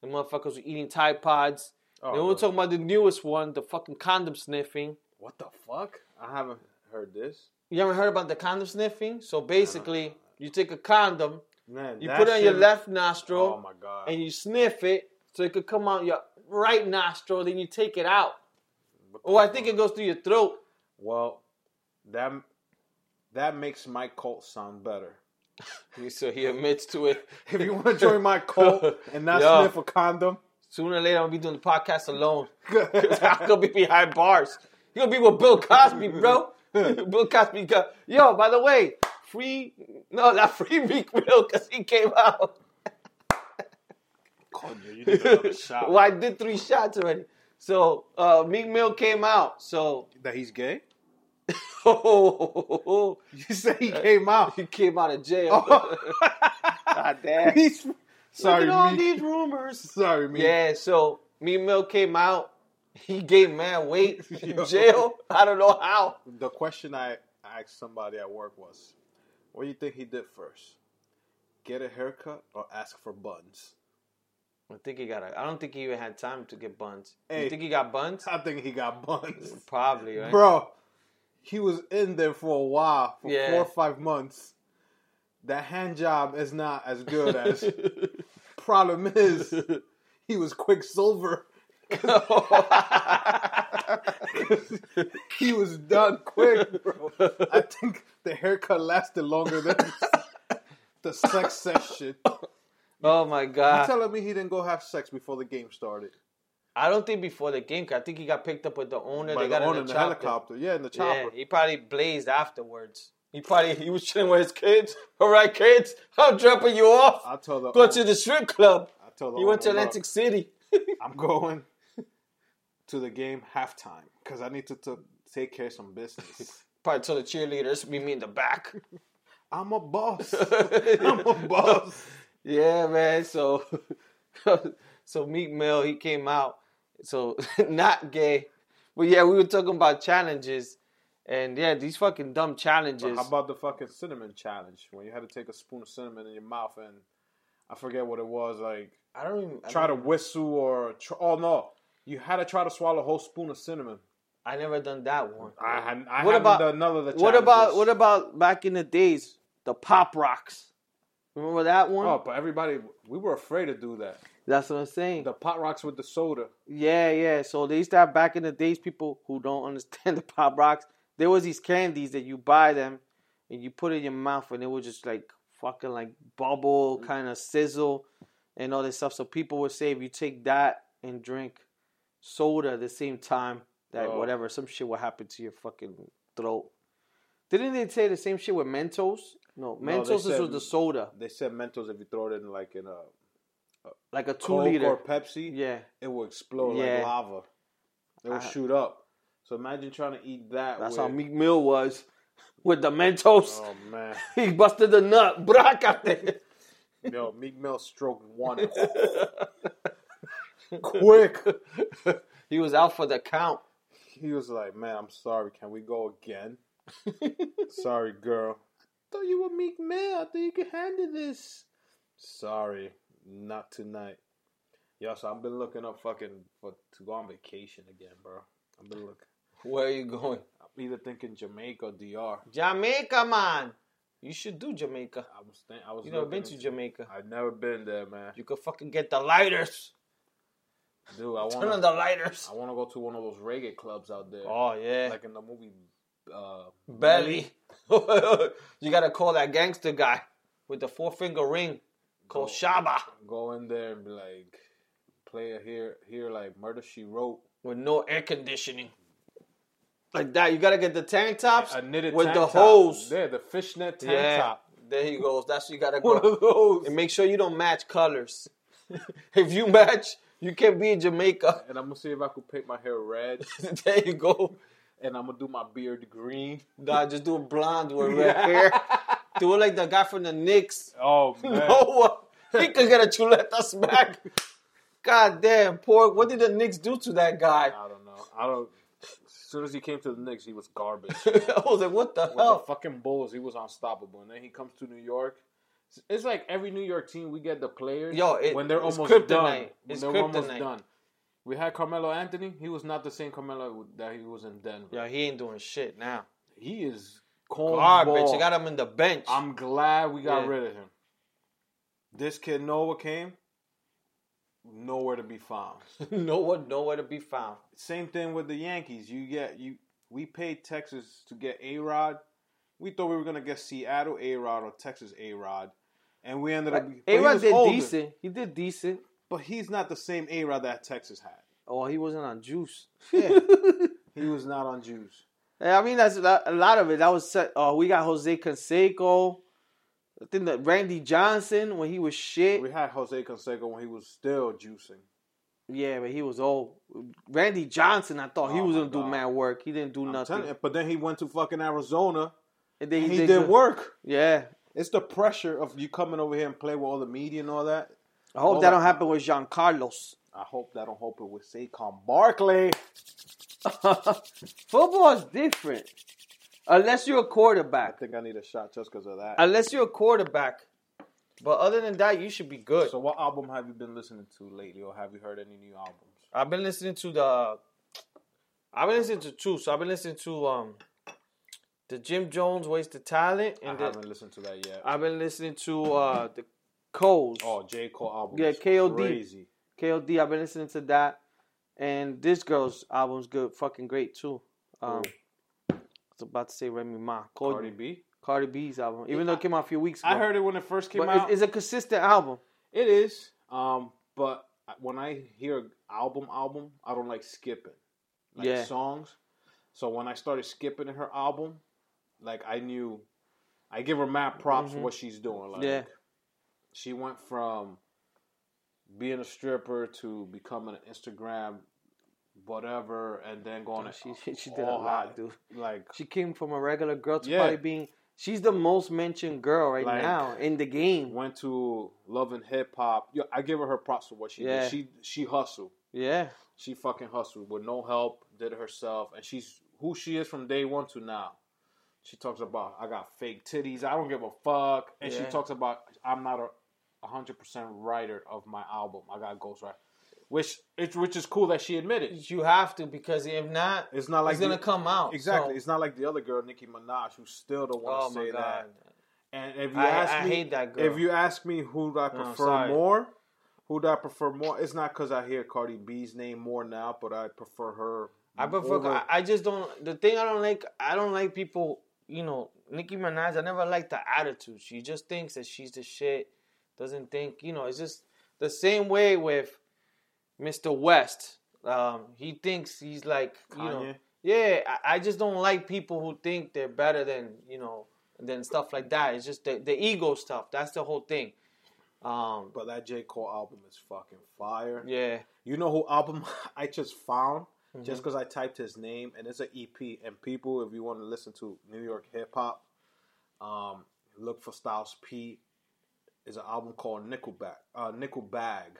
[SPEAKER 1] The motherfuckers were eating Tide Pods.
[SPEAKER 2] Oh,
[SPEAKER 1] then we were
[SPEAKER 2] really?
[SPEAKER 1] talking about the newest one, the fucking condom sniffing.
[SPEAKER 2] What the fuck? I haven't heard this.
[SPEAKER 1] You ever heard about the condom sniffing? So basically, you take a condom.
[SPEAKER 2] Man,
[SPEAKER 1] You
[SPEAKER 2] that
[SPEAKER 1] put it on your
[SPEAKER 2] shit-
[SPEAKER 1] left
[SPEAKER 2] Oh
[SPEAKER 1] nostril
[SPEAKER 2] my god,
[SPEAKER 1] and you sniff it so it could come out your right nostril, then you take it out.
[SPEAKER 2] What the
[SPEAKER 1] Oh, I
[SPEAKER 2] fuck?
[SPEAKER 1] think it goes through your throat.
[SPEAKER 2] Well, that that makes my cult sound better.
[SPEAKER 1] So he admits to it.
[SPEAKER 2] If you want to join my cult and not
[SPEAKER 1] Yeah.
[SPEAKER 2] sniff a condom,
[SPEAKER 1] Sooner or later, I'm gonna be doing the podcast alone. 'Cause I'm gonna be behind bars. You're gonna be with Bill Cosby, bro. Bill Cosby got yo. By the way, free no, not free Meek Mill because he came out.
[SPEAKER 2] you need another shot.
[SPEAKER 1] well, I did three shots already. So uh, Meek Mill came out. So
[SPEAKER 2] That he's gay?
[SPEAKER 1] oh,
[SPEAKER 2] You say he came out. Oh,
[SPEAKER 1] he came out of jail. God damn.
[SPEAKER 2] He's- sorry,
[SPEAKER 1] Look at all
[SPEAKER 2] me.
[SPEAKER 1] these rumors.
[SPEAKER 2] sorry, me.
[SPEAKER 1] Yeah, so me Mill came out. He gave man weight in jail. I don't know how.
[SPEAKER 2] The question I asked somebody at work was, "What do you think he did first? Get a haircut or ask for buns?"
[SPEAKER 1] I think he got. A, I don't think he even had time to get buns.
[SPEAKER 2] Hey.
[SPEAKER 1] You think he got buns?
[SPEAKER 2] I think he got buns,
[SPEAKER 1] Probably, right?
[SPEAKER 2] bro. He was in there for a while, for
[SPEAKER 1] Yeah.
[SPEAKER 2] four or five months. That hand job is not as good as. Problem is, he was Quicksilver. he was done quick, bro. I think the haircut lasted longer than the sex session.
[SPEAKER 1] oh my
[SPEAKER 2] You're
[SPEAKER 1] god!
[SPEAKER 2] telling me he didn't go have sex before the game started?
[SPEAKER 1] I don't think before the game. 'cause I think he got picked up with the owner.
[SPEAKER 2] By
[SPEAKER 1] they
[SPEAKER 2] the
[SPEAKER 1] got
[SPEAKER 2] owner
[SPEAKER 1] in
[SPEAKER 2] in
[SPEAKER 1] the,
[SPEAKER 2] the
[SPEAKER 1] chopper.
[SPEAKER 2] helicopter. Yeah, in the
[SPEAKER 1] Yeah,
[SPEAKER 2] chopper.
[SPEAKER 1] he probably blazed afterwards. He probably he was chilling with his kids. All right, kids, I'm dropping you off.
[SPEAKER 2] I told the
[SPEAKER 1] Go
[SPEAKER 2] owner,
[SPEAKER 1] to the strip club.
[SPEAKER 2] I told the
[SPEAKER 1] He went to
[SPEAKER 2] owner, "Look,
[SPEAKER 1] Atlantic City.
[SPEAKER 2] I'm going to the game halftime because I need to, to take care of some business.
[SPEAKER 1] Probably told the cheerleaders, meet me in the back.
[SPEAKER 2] I'm a boss. I'm a boss.
[SPEAKER 1] Yeah, man. So, so Meek Mill he came out. So not gay, but yeah, we were talking about challenges, and yeah, these fucking dumb challenges.
[SPEAKER 2] How about the fucking cinnamon challenge when you had to take a spoon of cinnamon in your mouth and I forget what it was like
[SPEAKER 1] I don't even I
[SPEAKER 2] try
[SPEAKER 1] don't-
[SPEAKER 2] to whistle or tr- oh no you had to try to swallow a whole spoon of cinnamon.
[SPEAKER 1] I never done that one.
[SPEAKER 2] I had I
[SPEAKER 1] What
[SPEAKER 2] haven't
[SPEAKER 1] about-
[SPEAKER 2] done none of the
[SPEAKER 1] What about
[SPEAKER 2] Uh, challenges.
[SPEAKER 1] what about back in the days the pop rocks? Remember that one?
[SPEAKER 2] oh but everybody we were afraid to do that
[SPEAKER 1] That's what I'm saying.
[SPEAKER 2] the pot rocks with the soda
[SPEAKER 1] Yeah, yeah. So they used to have back in the days people who don't understand the pop rocks. There was these candies that you buy them and you put it in your mouth and it would just like fucking like bubble
[SPEAKER 2] Mm.
[SPEAKER 1] kind of sizzle and all this stuff. So people would say if you take that and drink soda at the same time, that
[SPEAKER 2] Oh.
[SPEAKER 1] whatever, some shit will happen to your fucking throat. Didn't they say the same shit with Mentos? No,
[SPEAKER 2] No, they
[SPEAKER 1] Mentos is
[SPEAKER 2] said-
[SPEAKER 1] with the soda,
[SPEAKER 2] they said Mentos if you throw it in like in a
[SPEAKER 1] like a two
[SPEAKER 2] Coke
[SPEAKER 1] liter.
[SPEAKER 2] or Pepsi
[SPEAKER 1] yeah.
[SPEAKER 2] it will explode
[SPEAKER 1] Yeah.
[SPEAKER 2] like lava it will
[SPEAKER 1] I-
[SPEAKER 2] shoot up so imagine trying to eat that
[SPEAKER 1] That's
[SPEAKER 2] with,
[SPEAKER 1] how Meek Mill was with the Mentos.
[SPEAKER 2] oh man
[SPEAKER 1] He busted the nut, Brock out there.
[SPEAKER 2] Yo, Meek Mill stroked one quick.
[SPEAKER 1] he was out for the count.
[SPEAKER 2] He was like, "Man, I'm sorry. Can we go again? sorry, girl. I thought you were Meek Mill. I thought you could handle this. Sorry, not tonight. Yo, so I've been looking up fucking for to go on vacation again, bro. I've been looking.
[SPEAKER 1] Where are you going?
[SPEAKER 2] I'm either thinking Jamaica or DR.
[SPEAKER 1] Jamaica, man. You should do Jamaica.
[SPEAKER 2] I was think I was.
[SPEAKER 1] You never
[SPEAKER 2] looking
[SPEAKER 1] been to
[SPEAKER 2] into-
[SPEAKER 1] Jamaica.
[SPEAKER 2] I've never been there, man.
[SPEAKER 1] You could fucking get the lighters.
[SPEAKER 2] Dude, I want.
[SPEAKER 1] Turn on
[SPEAKER 2] to
[SPEAKER 1] the lighters.
[SPEAKER 2] I want to go to one of those reggae clubs out there,
[SPEAKER 1] Oh, yeah.
[SPEAKER 2] like in the movie. Uh,
[SPEAKER 1] Belly. you gotta call that gangster guy with the four finger ring.
[SPEAKER 2] Oh.
[SPEAKER 1] Koshaba
[SPEAKER 2] Go in there and be like, play a here, here like Murder She Wrote.
[SPEAKER 1] with no air conditioning. Like that, you gotta get the tank tops
[SPEAKER 2] A knitted
[SPEAKER 1] with
[SPEAKER 2] tank
[SPEAKER 1] the
[SPEAKER 2] top.
[SPEAKER 1] hose.
[SPEAKER 2] Yeah, the fishnet tank
[SPEAKER 1] yeah,
[SPEAKER 2] top.
[SPEAKER 1] there he goes. That's what you gotta
[SPEAKER 2] One
[SPEAKER 1] go.
[SPEAKER 2] of those.
[SPEAKER 1] And make sure you don't match colors. if you match, you can be in Jamaica.
[SPEAKER 2] And I'm gonna see if I could paint my hair red,
[SPEAKER 1] there you go.
[SPEAKER 2] and I'm gonna do my beard green.
[SPEAKER 1] Nah, just do a blonde with red hair. Do it like the guy from the Knicks.
[SPEAKER 2] Oh man,
[SPEAKER 1] Noah. He could get a chuleta smack. God damn, poor. What did the Knicks do to that guy?
[SPEAKER 2] I don't know. I don't. As soon as he came to the Knicks, he was garbage.
[SPEAKER 1] I was like, what the
[SPEAKER 2] With the Oh.
[SPEAKER 1] hell?
[SPEAKER 2] fucking Bulls, he was unstoppable. And then he comes to New York. It's- It's like every New York team, we get the players
[SPEAKER 1] Yo, it-
[SPEAKER 2] when they're
[SPEAKER 1] it's
[SPEAKER 2] almost
[SPEAKER 1] kryptonite.
[SPEAKER 2] done. When
[SPEAKER 1] It's
[SPEAKER 2] they're almost
[SPEAKER 1] kryptonite.
[SPEAKER 2] done. We had Carmelo Anthony. He was not the same Carmelo that he was in Denver.
[SPEAKER 1] Yo, he ain't doing shit now.
[SPEAKER 2] He is cold
[SPEAKER 1] Garbage.
[SPEAKER 2] ball.
[SPEAKER 1] You got him in the bench.
[SPEAKER 2] I'm glad we got
[SPEAKER 1] Yeah.
[SPEAKER 2] rid of him. This kid Noah came, nowhere to be found.
[SPEAKER 1] no one, nowhere to be found.
[SPEAKER 2] Same thing with the Yankees. You get you. We paid Texas to get A Rod. We thought we were gonna get Seattle A Rod or Texas A Rod, and we ended up. but he
[SPEAKER 1] A-Rod
[SPEAKER 2] was
[SPEAKER 1] did
[SPEAKER 2] older.
[SPEAKER 1] decent. He did decent.
[SPEAKER 2] but he's not the same A Rod that Texas had.
[SPEAKER 1] Oh, he wasn't on juice.
[SPEAKER 2] Yeah.
[SPEAKER 1] Mm.
[SPEAKER 2] He was not on juice.
[SPEAKER 1] Yeah, I mean, that's that- a lot of it. That was set. Oh, we got Jose Canseco. I think that Randy Johnson when he was shit.
[SPEAKER 2] We had Jose Canseco when he was still juicing.
[SPEAKER 1] Yeah, but he was old. Randy Johnson, I thought he
[SPEAKER 2] Oh
[SPEAKER 1] was
[SPEAKER 2] my
[SPEAKER 1] gonna do
[SPEAKER 2] God.
[SPEAKER 1] mad work. He didn't do
[SPEAKER 2] I'm
[SPEAKER 1] nothing.
[SPEAKER 2] telling you, but then he went to fucking Arizona.
[SPEAKER 1] and then
[SPEAKER 2] He,
[SPEAKER 1] he,
[SPEAKER 2] did,
[SPEAKER 1] good.
[SPEAKER 2] work.
[SPEAKER 1] Yeah,
[SPEAKER 2] It's the pressure of you coming over here and play with all the media and all that.
[SPEAKER 1] I hope
[SPEAKER 2] Well,
[SPEAKER 1] that
[SPEAKER 2] that-
[SPEAKER 1] don't happen with Jean Carlos.
[SPEAKER 2] I hope that don't hope it with Saquon Barkley.
[SPEAKER 1] Football is different, unless you're a
[SPEAKER 2] I
[SPEAKER 1] quarterback.
[SPEAKER 2] think I need a shot just because of that.
[SPEAKER 1] Unless you're a quarterback, but other than that, you should be good.
[SPEAKER 2] So, what album have you been listening to lately, or have you heard any new albums?
[SPEAKER 1] I've been listening to the. I've been listening to two. So I've been listening to um, the Jim Jones wasted talent,
[SPEAKER 2] I
[SPEAKER 1] and then
[SPEAKER 2] haven't listened to that yet.
[SPEAKER 1] I've been listening to uh the Coles.
[SPEAKER 2] oh, J Cole album.
[SPEAKER 1] Yeah,
[SPEAKER 2] is
[SPEAKER 1] KOD.
[SPEAKER 2] Crazy.
[SPEAKER 1] KOD. I've been listening to that, and this girl's album's good, fucking great too. Um,
[SPEAKER 2] Who?
[SPEAKER 1] I was about to say Remy Ma,
[SPEAKER 2] Cardi
[SPEAKER 1] Cardi,
[SPEAKER 2] B.
[SPEAKER 1] Cardi B's album, even though it came out a few weeks ago.
[SPEAKER 2] I heard it when it first came
[SPEAKER 1] but
[SPEAKER 2] out.
[SPEAKER 1] it's, it's a consistent album.
[SPEAKER 2] It is. Um, but when I hear album album, I don't like skipping, like
[SPEAKER 1] Yeah.
[SPEAKER 2] songs. So when I started skipping her album, like I knew, I give her mad props for what she's doing. Like,
[SPEAKER 1] Mm-hmm. Yeah.
[SPEAKER 2] she went from being a stripper to becoming an Instagram whatever, and then going.
[SPEAKER 1] She
[SPEAKER 2] to
[SPEAKER 1] she did a
[SPEAKER 2] all
[SPEAKER 1] lot,
[SPEAKER 2] out.
[SPEAKER 1] dude.
[SPEAKER 2] Like
[SPEAKER 1] She came from a regular girl to
[SPEAKER 2] Oh, Yeah.
[SPEAKER 1] probably being. She's the most mentioned girl right
[SPEAKER 2] Like-
[SPEAKER 1] now in the game.
[SPEAKER 2] went to love and hip hop. Yeah, I give her her props for what she
[SPEAKER 1] Yeah.
[SPEAKER 2] did. She she hustled.
[SPEAKER 1] Yeah,
[SPEAKER 2] She fucking hustled with no help, did it herself, and she's who she is from day one to now. She talks about I got fake titties, I don't give a fuck, and
[SPEAKER 1] Yeah.
[SPEAKER 2] she talks about I'm not a a hundred percent writer of my album. I got ghostwriter, which it's which is cool that she admitted.
[SPEAKER 1] you have to because if not,
[SPEAKER 2] It's not like
[SPEAKER 1] it's gonna
[SPEAKER 2] the-
[SPEAKER 1] come out
[SPEAKER 2] exactly.
[SPEAKER 1] so-
[SPEAKER 2] It's not like the other girl, Nicki Minaj, who still don't
[SPEAKER 1] oh
[SPEAKER 2] want to
[SPEAKER 1] my
[SPEAKER 2] say
[SPEAKER 1] god.
[SPEAKER 2] that. And if you
[SPEAKER 1] I-
[SPEAKER 2] ask
[SPEAKER 1] I
[SPEAKER 2] me,
[SPEAKER 1] hate that girl.
[SPEAKER 2] if you ask me who do I prefer
[SPEAKER 1] sorry.
[SPEAKER 2] more, who do I prefer more? It's not because I hear Cardi B's name more now, but I prefer her.
[SPEAKER 1] I prefer.
[SPEAKER 2] over-
[SPEAKER 1] I- I just don't. The thing I don't like. I don't like people. You know, Nicki Minaj. I never liked the attitude. She just thinks that she's the shit. Doesn't think. You know, it's just the same way with Mr. West. Um, he thinks he's like. You know.
[SPEAKER 2] Kanye?
[SPEAKER 1] Yeah, I, I just don't like people who think they're better than you know than stuff like that. It's just the, the ego stuff. That's the whole thing. Um,
[SPEAKER 2] But that J. Cole album is fucking fire.
[SPEAKER 1] yeah.
[SPEAKER 2] You know who album I just found?
[SPEAKER 1] Mm-hmm.
[SPEAKER 2] Just because I typed his name, and it's an EP. And people, if you want to listen to New York hip hop, um, look for Styles P. Is an album called Nickelback. Uh, Nickel Bag.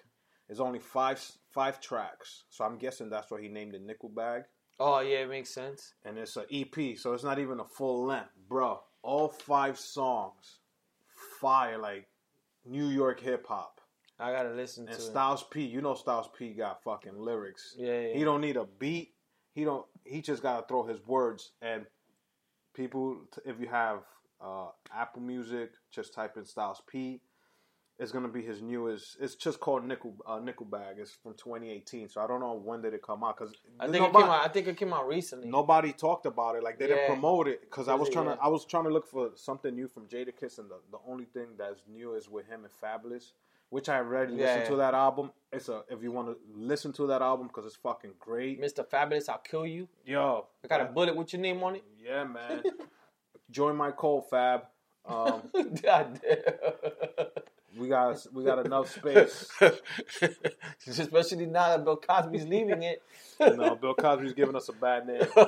[SPEAKER 2] It's only five five tracks, so I'm guessing that's why he named it Nickel Bag.
[SPEAKER 1] Oh yeah, it makes sense.
[SPEAKER 2] And it's an EP, so it's not even a full length, bro. All five songs, fire like New York hip hop.
[SPEAKER 1] I gotta listen
[SPEAKER 2] And
[SPEAKER 1] to it.
[SPEAKER 2] Styles P, you know Styles P got fucking lyrics.
[SPEAKER 1] Yeah, yeah.
[SPEAKER 2] He don't need a beat. He don't. He just gotta throw his words. And people, t- if you have uh, Apple Music, just type in Styles P. It's gonna be his newest. It's just called Nickel uh, Nickel Bag. It's from 2018, so I don't know when did it come out because
[SPEAKER 1] I think it came out. I think it came out recently.
[SPEAKER 2] nobody talked about it. Like they
[SPEAKER 1] Yeah.
[SPEAKER 2] didn't promote it because I was
[SPEAKER 1] Yeah.
[SPEAKER 2] trying to I was trying to look for something new from Jadakiss, and the, the only thing that's new is with him and Fabulous, which I already
[SPEAKER 1] Yeah,
[SPEAKER 2] listened
[SPEAKER 1] yeah.
[SPEAKER 2] to that album. It's a if you want to listen to that album because it's fucking great.
[SPEAKER 1] Mr. Fabulous, I'll kill you.
[SPEAKER 2] Yo,
[SPEAKER 1] I got a bullet with your name on it.
[SPEAKER 2] yeah, man. Join my cold fab. Um,
[SPEAKER 1] God
[SPEAKER 2] we got we got enough
[SPEAKER 1] damn.
[SPEAKER 2] space.
[SPEAKER 1] Especially now that Bill Cosby's leaving it.
[SPEAKER 2] No, Bill Cosby's giving us a bad name. Nah,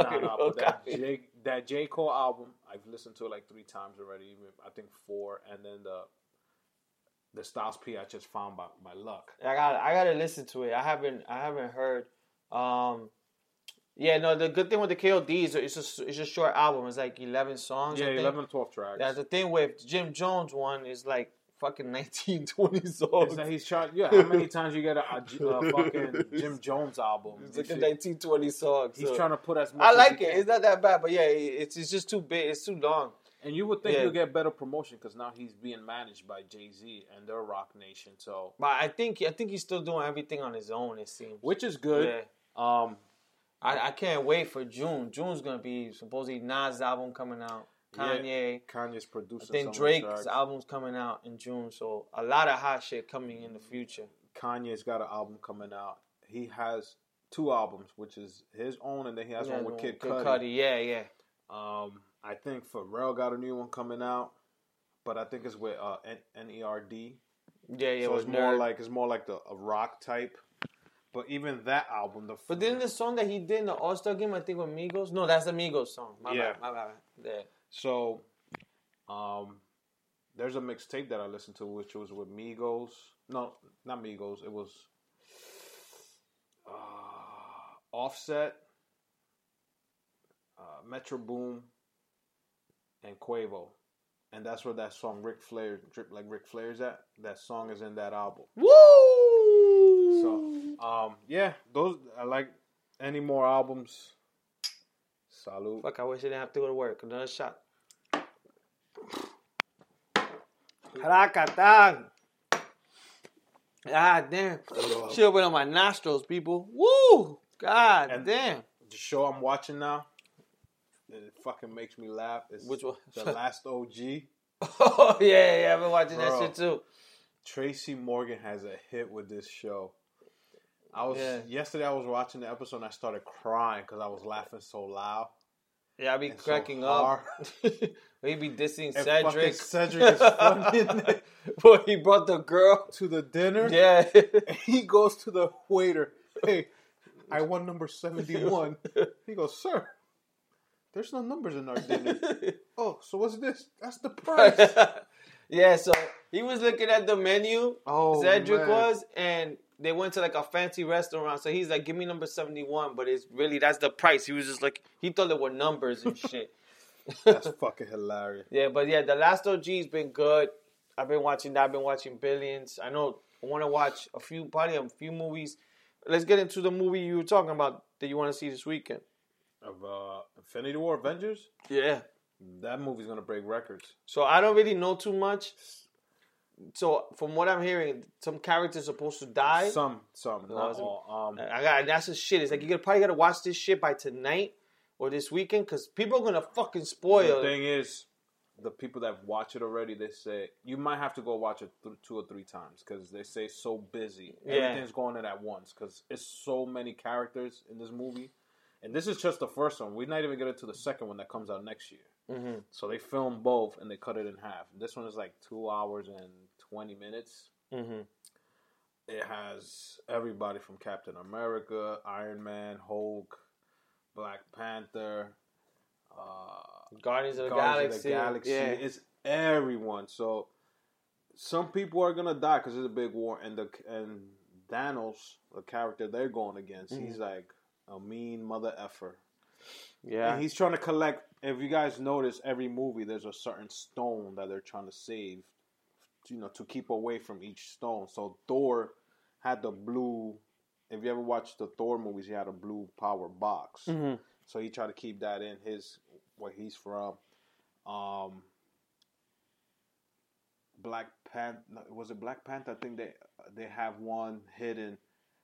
[SPEAKER 2] nah,
[SPEAKER 1] Bill
[SPEAKER 2] but that
[SPEAKER 1] Cosby.
[SPEAKER 2] J, that J Cole album, I've listened to it like three times already. Even I think four, and then the the Styles P I just found by by luck.
[SPEAKER 1] I got I gotta listen to it. I haven't I haven't heard. Um, yeah, no. The good thing with the KOD is it's just it's a short album. It's like eleven songs. I
[SPEAKER 2] Yeah,
[SPEAKER 1] think.
[SPEAKER 2] 11 or 12 tracks.
[SPEAKER 1] That's the thing with Jim Jones one is like fucking 19, 20 songs.
[SPEAKER 2] It's like he's trying. Yeah, how many times you get a, a J- a fucking Jim Jones album?
[SPEAKER 1] It's
[SPEAKER 2] and
[SPEAKER 1] like a
[SPEAKER 2] shit?
[SPEAKER 1] 19, 20 songs.
[SPEAKER 2] He's
[SPEAKER 1] so-
[SPEAKER 2] trying to put as much.
[SPEAKER 1] I
[SPEAKER 2] as
[SPEAKER 1] like
[SPEAKER 2] he
[SPEAKER 1] it.
[SPEAKER 2] can.
[SPEAKER 1] It's not that bad, but yeah, it- it's it's just too big. It's too long.
[SPEAKER 2] And you would think
[SPEAKER 1] Yeah.
[SPEAKER 2] you'll get better promotion because now he's being managed by Jay Z and their Rock Nation. So,
[SPEAKER 1] But I think I think he's still doing everything on his own. It seems.
[SPEAKER 2] which is
[SPEAKER 1] Yeah.
[SPEAKER 2] good. Um,
[SPEAKER 1] I, I can't wait for June. June's gonna be supposedly Nas album coming out.
[SPEAKER 2] Yeah.
[SPEAKER 1] Kanye.
[SPEAKER 2] Kanye's producing.
[SPEAKER 1] I think
[SPEAKER 2] some of the
[SPEAKER 1] Drake's
[SPEAKER 2] tracks.
[SPEAKER 1] album's coming out in June, so a lot of hot shit coming in the future.
[SPEAKER 2] Kanye's got an album coming out. He has two albums, which is his own, and then he has
[SPEAKER 1] Yeah,
[SPEAKER 2] one with Kid Cudi.
[SPEAKER 1] yeah, yeah.
[SPEAKER 2] Um, I think Pharrell got a new one coming out, but I think it's with uh, N- Nerd.
[SPEAKER 1] Yeah, yeah,
[SPEAKER 2] so
[SPEAKER 1] it
[SPEAKER 2] it's
[SPEAKER 1] was
[SPEAKER 2] more
[SPEAKER 1] nerd.
[SPEAKER 2] like it's more like the a rock type. But even that album, the
[SPEAKER 1] But then the song that he did in the All Star game, I think with Migos. No, that's the Migos song. My
[SPEAKER 2] Yeah.
[SPEAKER 1] bad, my bad. Yeah.
[SPEAKER 2] so, um, there's a mixtape that I listened to, which was with Migos. No, not Migos. It was uh, Offset, uh, Metro Boom, and Quavo, and that's where that song Rick Flair drip like Ric Flair's at. That song is in that album.
[SPEAKER 1] Woo!
[SPEAKER 2] So, um, yeah, those I like. Any more albums? Salute.
[SPEAKER 1] Fuck, I wish I didn't have to go to work. Another shot. Rakatan. God damn. Shit went on my nostrils, people. Woo! God
[SPEAKER 2] And-
[SPEAKER 1] damn.
[SPEAKER 2] The show I'm watching now, it fucking makes me laugh. It's
[SPEAKER 1] Which one?
[SPEAKER 2] The Last OG.
[SPEAKER 1] Oh yeah, yeah, I've been watching
[SPEAKER 2] Bro.
[SPEAKER 1] that shit too.
[SPEAKER 2] Tracy Morgan has a hit with this show. I was
[SPEAKER 1] Yeah.
[SPEAKER 2] yesterday. I was watching the episode and I started crying because I was laughing so loud.
[SPEAKER 1] Yeah, I be
[SPEAKER 2] and so
[SPEAKER 1] cracking
[SPEAKER 2] hard.
[SPEAKER 1] up. he be dissing
[SPEAKER 2] And fucking
[SPEAKER 1] Cedric.
[SPEAKER 2] Cedric is funny
[SPEAKER 1] Boy, he brought the girl.
[SPEAKER 2] to the dinner.
[SPEAKER 1] Yeah.
[SPEAKER 2] he goes to the waiter. Hey, I want number seventy-one. He goes, sir. There's no numbers in our dinner. oh, so what's this? That's the price.
[SPEAKER 1] yeah, so he was looking at the menu.
[SPEAKER 2] Oh,
[SPEAKER 1] Cedric
[SPEAKER 2] man.
[SPEAKER 1] was, and they went to like a fancy restaurant. So he's like, "Give me number seventy-one," but it's really that's the price. He was just like, he thought it were numbers and shit.
[SPEAKER 2] That's fucking hilarious.
[SPEAKER 1] Yeah, but yeah, the last OG's been good. I've been watching that. I've been watching Billions. I know I want to watch a few, probably a few movies. Let's get into the movie you were talking about that you want to see this weekend.
[SPEAKER 2] Of uh, Infinity War, Avengers.
[SPEAKER 1] Yeah.
[SPEAKER 2] That movie's gonna break records.
[SPEAKER 1] So I don't really know too much. So from what I'm hearing, some characters supposed to die.
[SPEAKER 2] Some, some, not
[SPEAKER 1] it's-
[SPEAKER 2] all. Um,
[SPEAKER 1] I got that's the shit. It's like you gotta, probably gotta watch this shit by tonight or this weekend because people are gonna fucking
[SPEAKER 2] The
[SPEAKER 1] spoil. it.
[SPEAKER 2] thing is, the people that watch it already, they say you might have to go watch it th- two or three times because they say it's so busy.
[SPEAKER 1] Yeah.
[SPEAKER 2] Everything's going in at once because it's so many characters in this movie, and this is just the first one. We're not even getting to the second one that comes out next year.
[SPEAKER 1] Mhm.
[SPEAKER 2] So they film both and they cut it in half. This one is like two hours and twenty minutes.
[SPEAKER 1] Mhm.
[SPEAKER 2] It has everybody from Captain America, Iron Man, Hulk, Black Panther. Uh,
[SPEAKER 1] Guardians of the
[SPEAKER 2] Guardians
[SPEAKER 1] Galaxy.
[SPEAKER 2] of the Galaxy.
[SPEAKER 1] Yeah.
[SPEAKER 2] It's everyone. So some people are gonna die because it's a big war, and the and Thanos, the character they're going against, he's
[SPEAKER 1] Mm-hmm.
[SPEAKER 2] like a mean mother effer,
[SPEAKER 1] yeah.
[SPEAKER 2] and he's trying to collect. If you guys notice, every movie there's a certain stone that they're trying to save, you know, to keep away from each stone. So Thor had the blue. If you ever watched the Thor movies, he had a blue power box.
[SPEAKER 1] Mhm.
[SPEAKER 2] So he tried to keep that in his where he's from. Um, Black Panther. Was it Black Panther? I think they they have one hidden.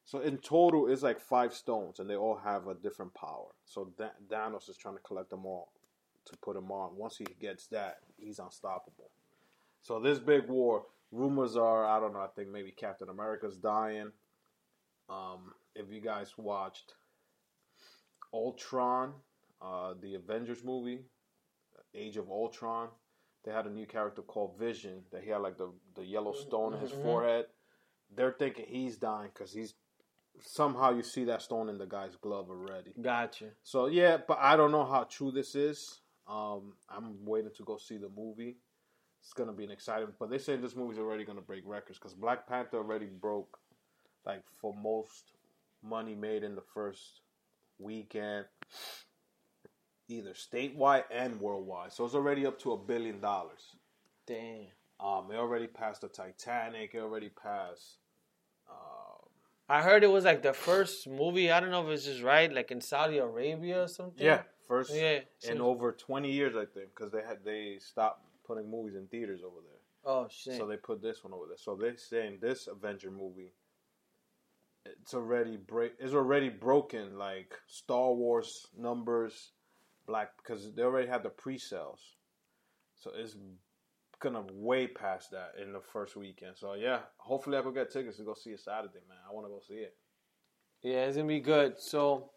[SPEAKER 2] So in total, it's like five stones, and they all have a different power. So Da- Thanos is trying to collect them all to put him on. Once he gets that, he's unstoppable. So this big war. Rumors are, I don't know. I think maybe Captain America's dying. Um, if you guys watched Ultron, uh, the Avengers movie, Age of Ultron, they had a new character called Vision that he had like the the yellow stone in his
[SPEAKER 1] Mhm.
[SPEAKER 2] forehead. They're thinking he's dying because he's somehow you see that stone in the guy's glove already.
[SPEAKER 1] Gotcha.
[SPEAKER 2] So yeah, but I don't know how true this is. Um, I'm waiting to go see the movie. It's gonna be an exciting. But they say this movie's already gonna break records because Black Panther already broke, like for most money made in the first weekend, either statewide and worldwide. So it's already up to a billion dollars.
[SPEAKER 1] Damn.
[SPEAKER 2] Um, it already passed the Titanic. It already passed. Uh,
[SPEAKER 1] I heard it was like the first movie. I don't know if it's just right, like in Saudi Arabia or something.
[SPEAKER 2] yeah, first.
[SPEAKER 1] Yeah.
[SPEAKER 2] in over 20 years, I think, because they had they stopped putting movies in theaters over there.
[SPEAKER 1] oh shit.
[SPEAKER 2] So they put this one over there. So they're saying this Avenger movie, it's already break, it's already broken like Star Wars numbers, black because they already had the pre-sales, so it's gonna way past that in the first weekend. So yeah, hopefully I could get tickets to go see it Saturday, man. I want to go see it.
[SPEAKER 1] yeah, it's gonna be good. So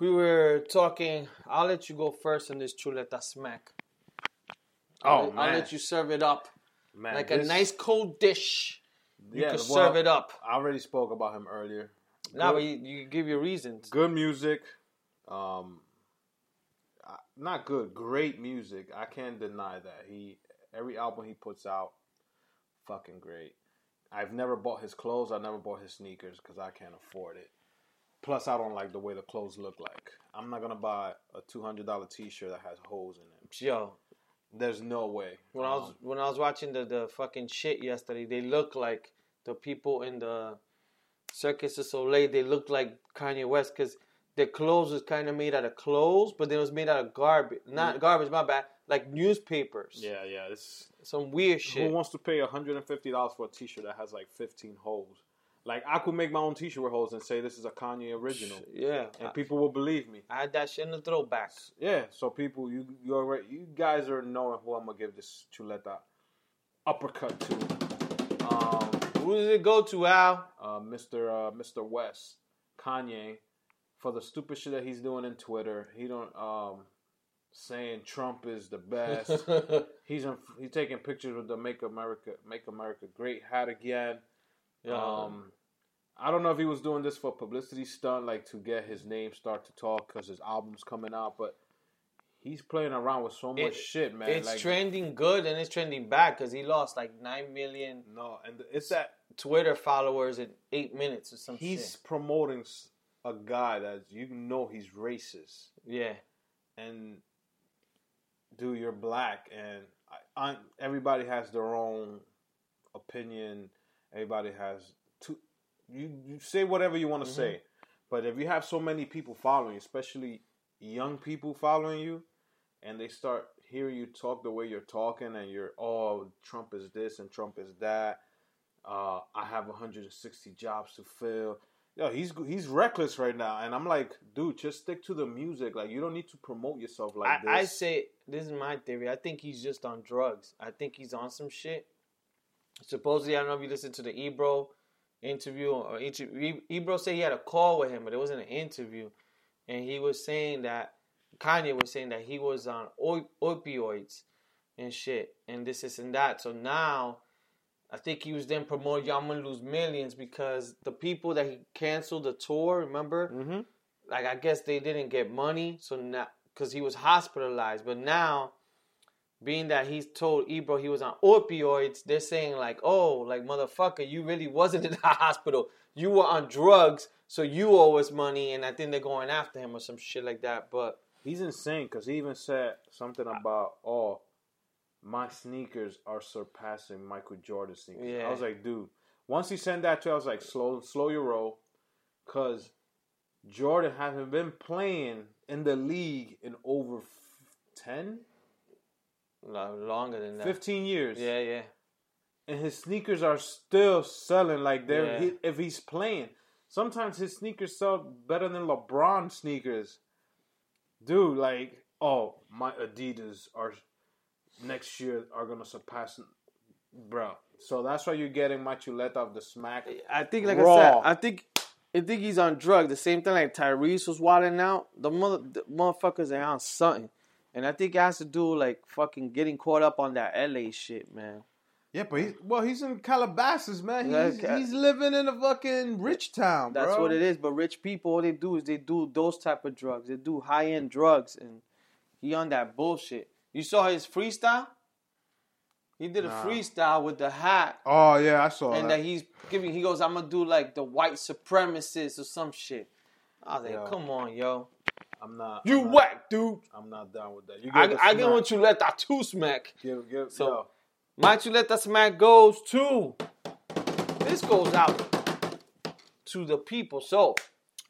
[SPEAKER 1] we were talking. I'll let you go first on this chuleta smack. I'll,
[SPEAKER 2] Oh,
[SPEAKER 1] let- I'll
[SPEAKER 2] man.
[SPEAKER 1] let you serve it up
[SPEAKER 2] Man,
[SPEAKER 1] like a
[SPEAKER 2] this-
[SPEAKER 1] nice cold dish. You
[SPEAKER 2] yeah,
[SPEAKER 1] can
[SPEAKER 2] well,
[SPEAKER 1] serve it up.
[SPEAKER 2] I already spoke about him earlier.
[SPEAKER 1] Now
[SPEAKER 2] Good-
[SPEAKER 1] you, you give your reasons.
[SPEAKER 2] good music um uh, not good great music i can't deny that he every album he puts out fucking great i've never bought his clothes i never bought his sneakers because i can't afford it plus i don't like the way the clothes look like i'm not gonna buy a $200 t-shirt that has holes in it
[SPEAKER 1] Yo,
[SPEAKER 2] there's no way
[SPEAKER 1] when I was
[SPEAKER 2] Um,
[SPEAKER 1] when I was watching the the fucking shit yesterday, they look like the people in the Circus du Soleil. They look like Kanye West because their clothes was kind of made out of clothes, but then it was made out of garbage. Not garbage, my bad. Like newspapers.
[SPEAKER 2] yeah yeah this
[SPEAKER 1] Some weird shit.
[SPEAKER 2] Who wants to pay $150 for a t-shirt that has like 15 holes? Like I could make my own t-shirt with holes and say this is a Kanye original
[SPEAKER 1] yeah.
[SPEAKER 2] and people will believe me.
[SPEAKER 1] I had that shit in the throwback.
[SPEAKER 2] Yeah, so people you you already you guys are knowing who I'm going to give this chuleta uppercut to. Um
[SPEAKER 1] Who does it go to, Al?
[SPEAKER 2] uh, Mr. Uh, Mr. West, Kanye, for the stupid shit that he's doing in Twitter. He don't um saying Trump is the best. he's in, he's taking pictures with the Make America Make America Great hat again. Um, I don't know if he was doing this for publicity stunt, like to get his name start to talk because his album's coming out, but he's playing around with so much
[SPEAKER 1] It-
[SPEAKER 2] shit, man.
[SPEAKER 1] it's
[SPEAKER 2] like,
[SPEAKER 1] trending good and it's trending bad because he lost like nine million
[SPEAKER 2] No, and it's that
[SPEAKER 1] Twitter followers in eight minutes or some
[SPEAKER 2] he's promoting s- a guy that you know he's racist,
[SPEAKER 1] shit. Yeah.
[SPEAKER 2] and do you're black, and I, I, everybody has their own opinion. Everybody has to you, you say whatever you want to say,
[SPEAKER 1] Mm-hmm.
[SPEAKER 2] but if you have so many people following, you, especially young people following you, and they start hearing you talk the way you're talking, and you're oh Trump is this and Trump is that. Uh, I have 160 jobs to fill. Yo, he's he's reckless right now, and I'm like, dude, just stick to the music. Like, you don't need to promote yourself like
[SPEAKER 1] I, I
[SPEAKER 2] this.
[SPEAKER 1] say this is my theory. I think he's just on drugs. I think he's on some shit. Supposedly, I don't know if you listened to the Ebro interview or inter- E- Ebro said he had a call with him, but it wasn't an interview, and he was saying that Kanye was saying that he was on o- opioids and shit and this, this, and that. So now. I think he was then promoting, y'all, I'm gonna lose millions because the people that he canceled the tour, remember?
[SPEAKER 2] mm-hmm.
[SPEAKER 1] like I guess they didn't get money, so now because he was hospitalized, but now being that he's told Ebro he was on opioids, they're saying like, oh, like motherfucker, you really wasn't in the hospital, you were on drugs, so you owe us money, and I think they're going after him or some shit like that. But
[SPEAKER 2] He's insane because he even said something about, oh, my sneakers are surpassing Michael Jordan's sneakers.
[SPEAKER 1] Yeah.
[SPEAKER 2] I was like, dude. Once he sent that to, I was like, slow, slow your roll, because Jordan hasn't been playing in the league in over f- ten
[SPEAKER 1] Lo- longer than that.
[SPEAKER 2] 15 years.
[SPEAKER 1] Yeah, yeah.
[SPEAKER 2] and his sneakers are still selling like they're
[SPEAKER 1] Yeah.
[SPEAKER 2] he, if he's playing. Sometimes his sneakers sell better than LeBron sneakers. Dude, like, oh, my Adidas are next year are gonna surpass, bro. So that's why you're getting my Chuleta of the smack.
[SPEAKER 1] I think, like I
[SPEAKER 2] Raw.
[SPEAKER 1] said, I think, I think he's on drug. The same thing like Tyrese was wilding out. The mother, the motherfuckers are on something, and I think it has to do like fucking getting caught up on that LA shit, man.
[SPEAKER 2] Yeah, but he's well, he's in Calabasas, man. He's,
[SPEAKER 1] Like, uh,
[SPEAKER 2] he's living in a fucking rich town.
[SPEAKER 1] That's
[SPEAKER 2] bro.
[SPEAKER 1] what it is. But rich people, all they do is they do those type of drugs. They do high end drugs, and he on that bullshit. You saw his freestyle. He did a
[SPEAKER 2] Nah.
[SPEAKER 1] freestyle with the hat,
[SPEAKER 2] Oh yeah, I saw
[SPEAKER 1] and
[SPEAKER 2] that.
[SPEAKER 1] that he's giving. He goes, "I'm gonna do like the white supremacist or some shit." I was like,
[SPEAKER 2] Yo.
[SPEAKER 1] "Come on, yo,
[SPEAKER 2] I'm not.
[SPEAKER 1] you
[SPEAKER 2] I'm not,
[SPEAKER 1] whack, dude."
[SPEAKER 2] I'm not down with that. You
[SPEAKER 1] I,
[SPEAKER 2] give a
[SPEAKER 1] I get
[SPEAKER 2] smack.
[SPEAKER 1] one chuleta too smack.
[SPEAKER 2] Give, give,
[SPEAKER 1] So-
[SPEAKER 2] yo.
[SPEAKER 1] My chuleta smack goes to. This goes out to the people. So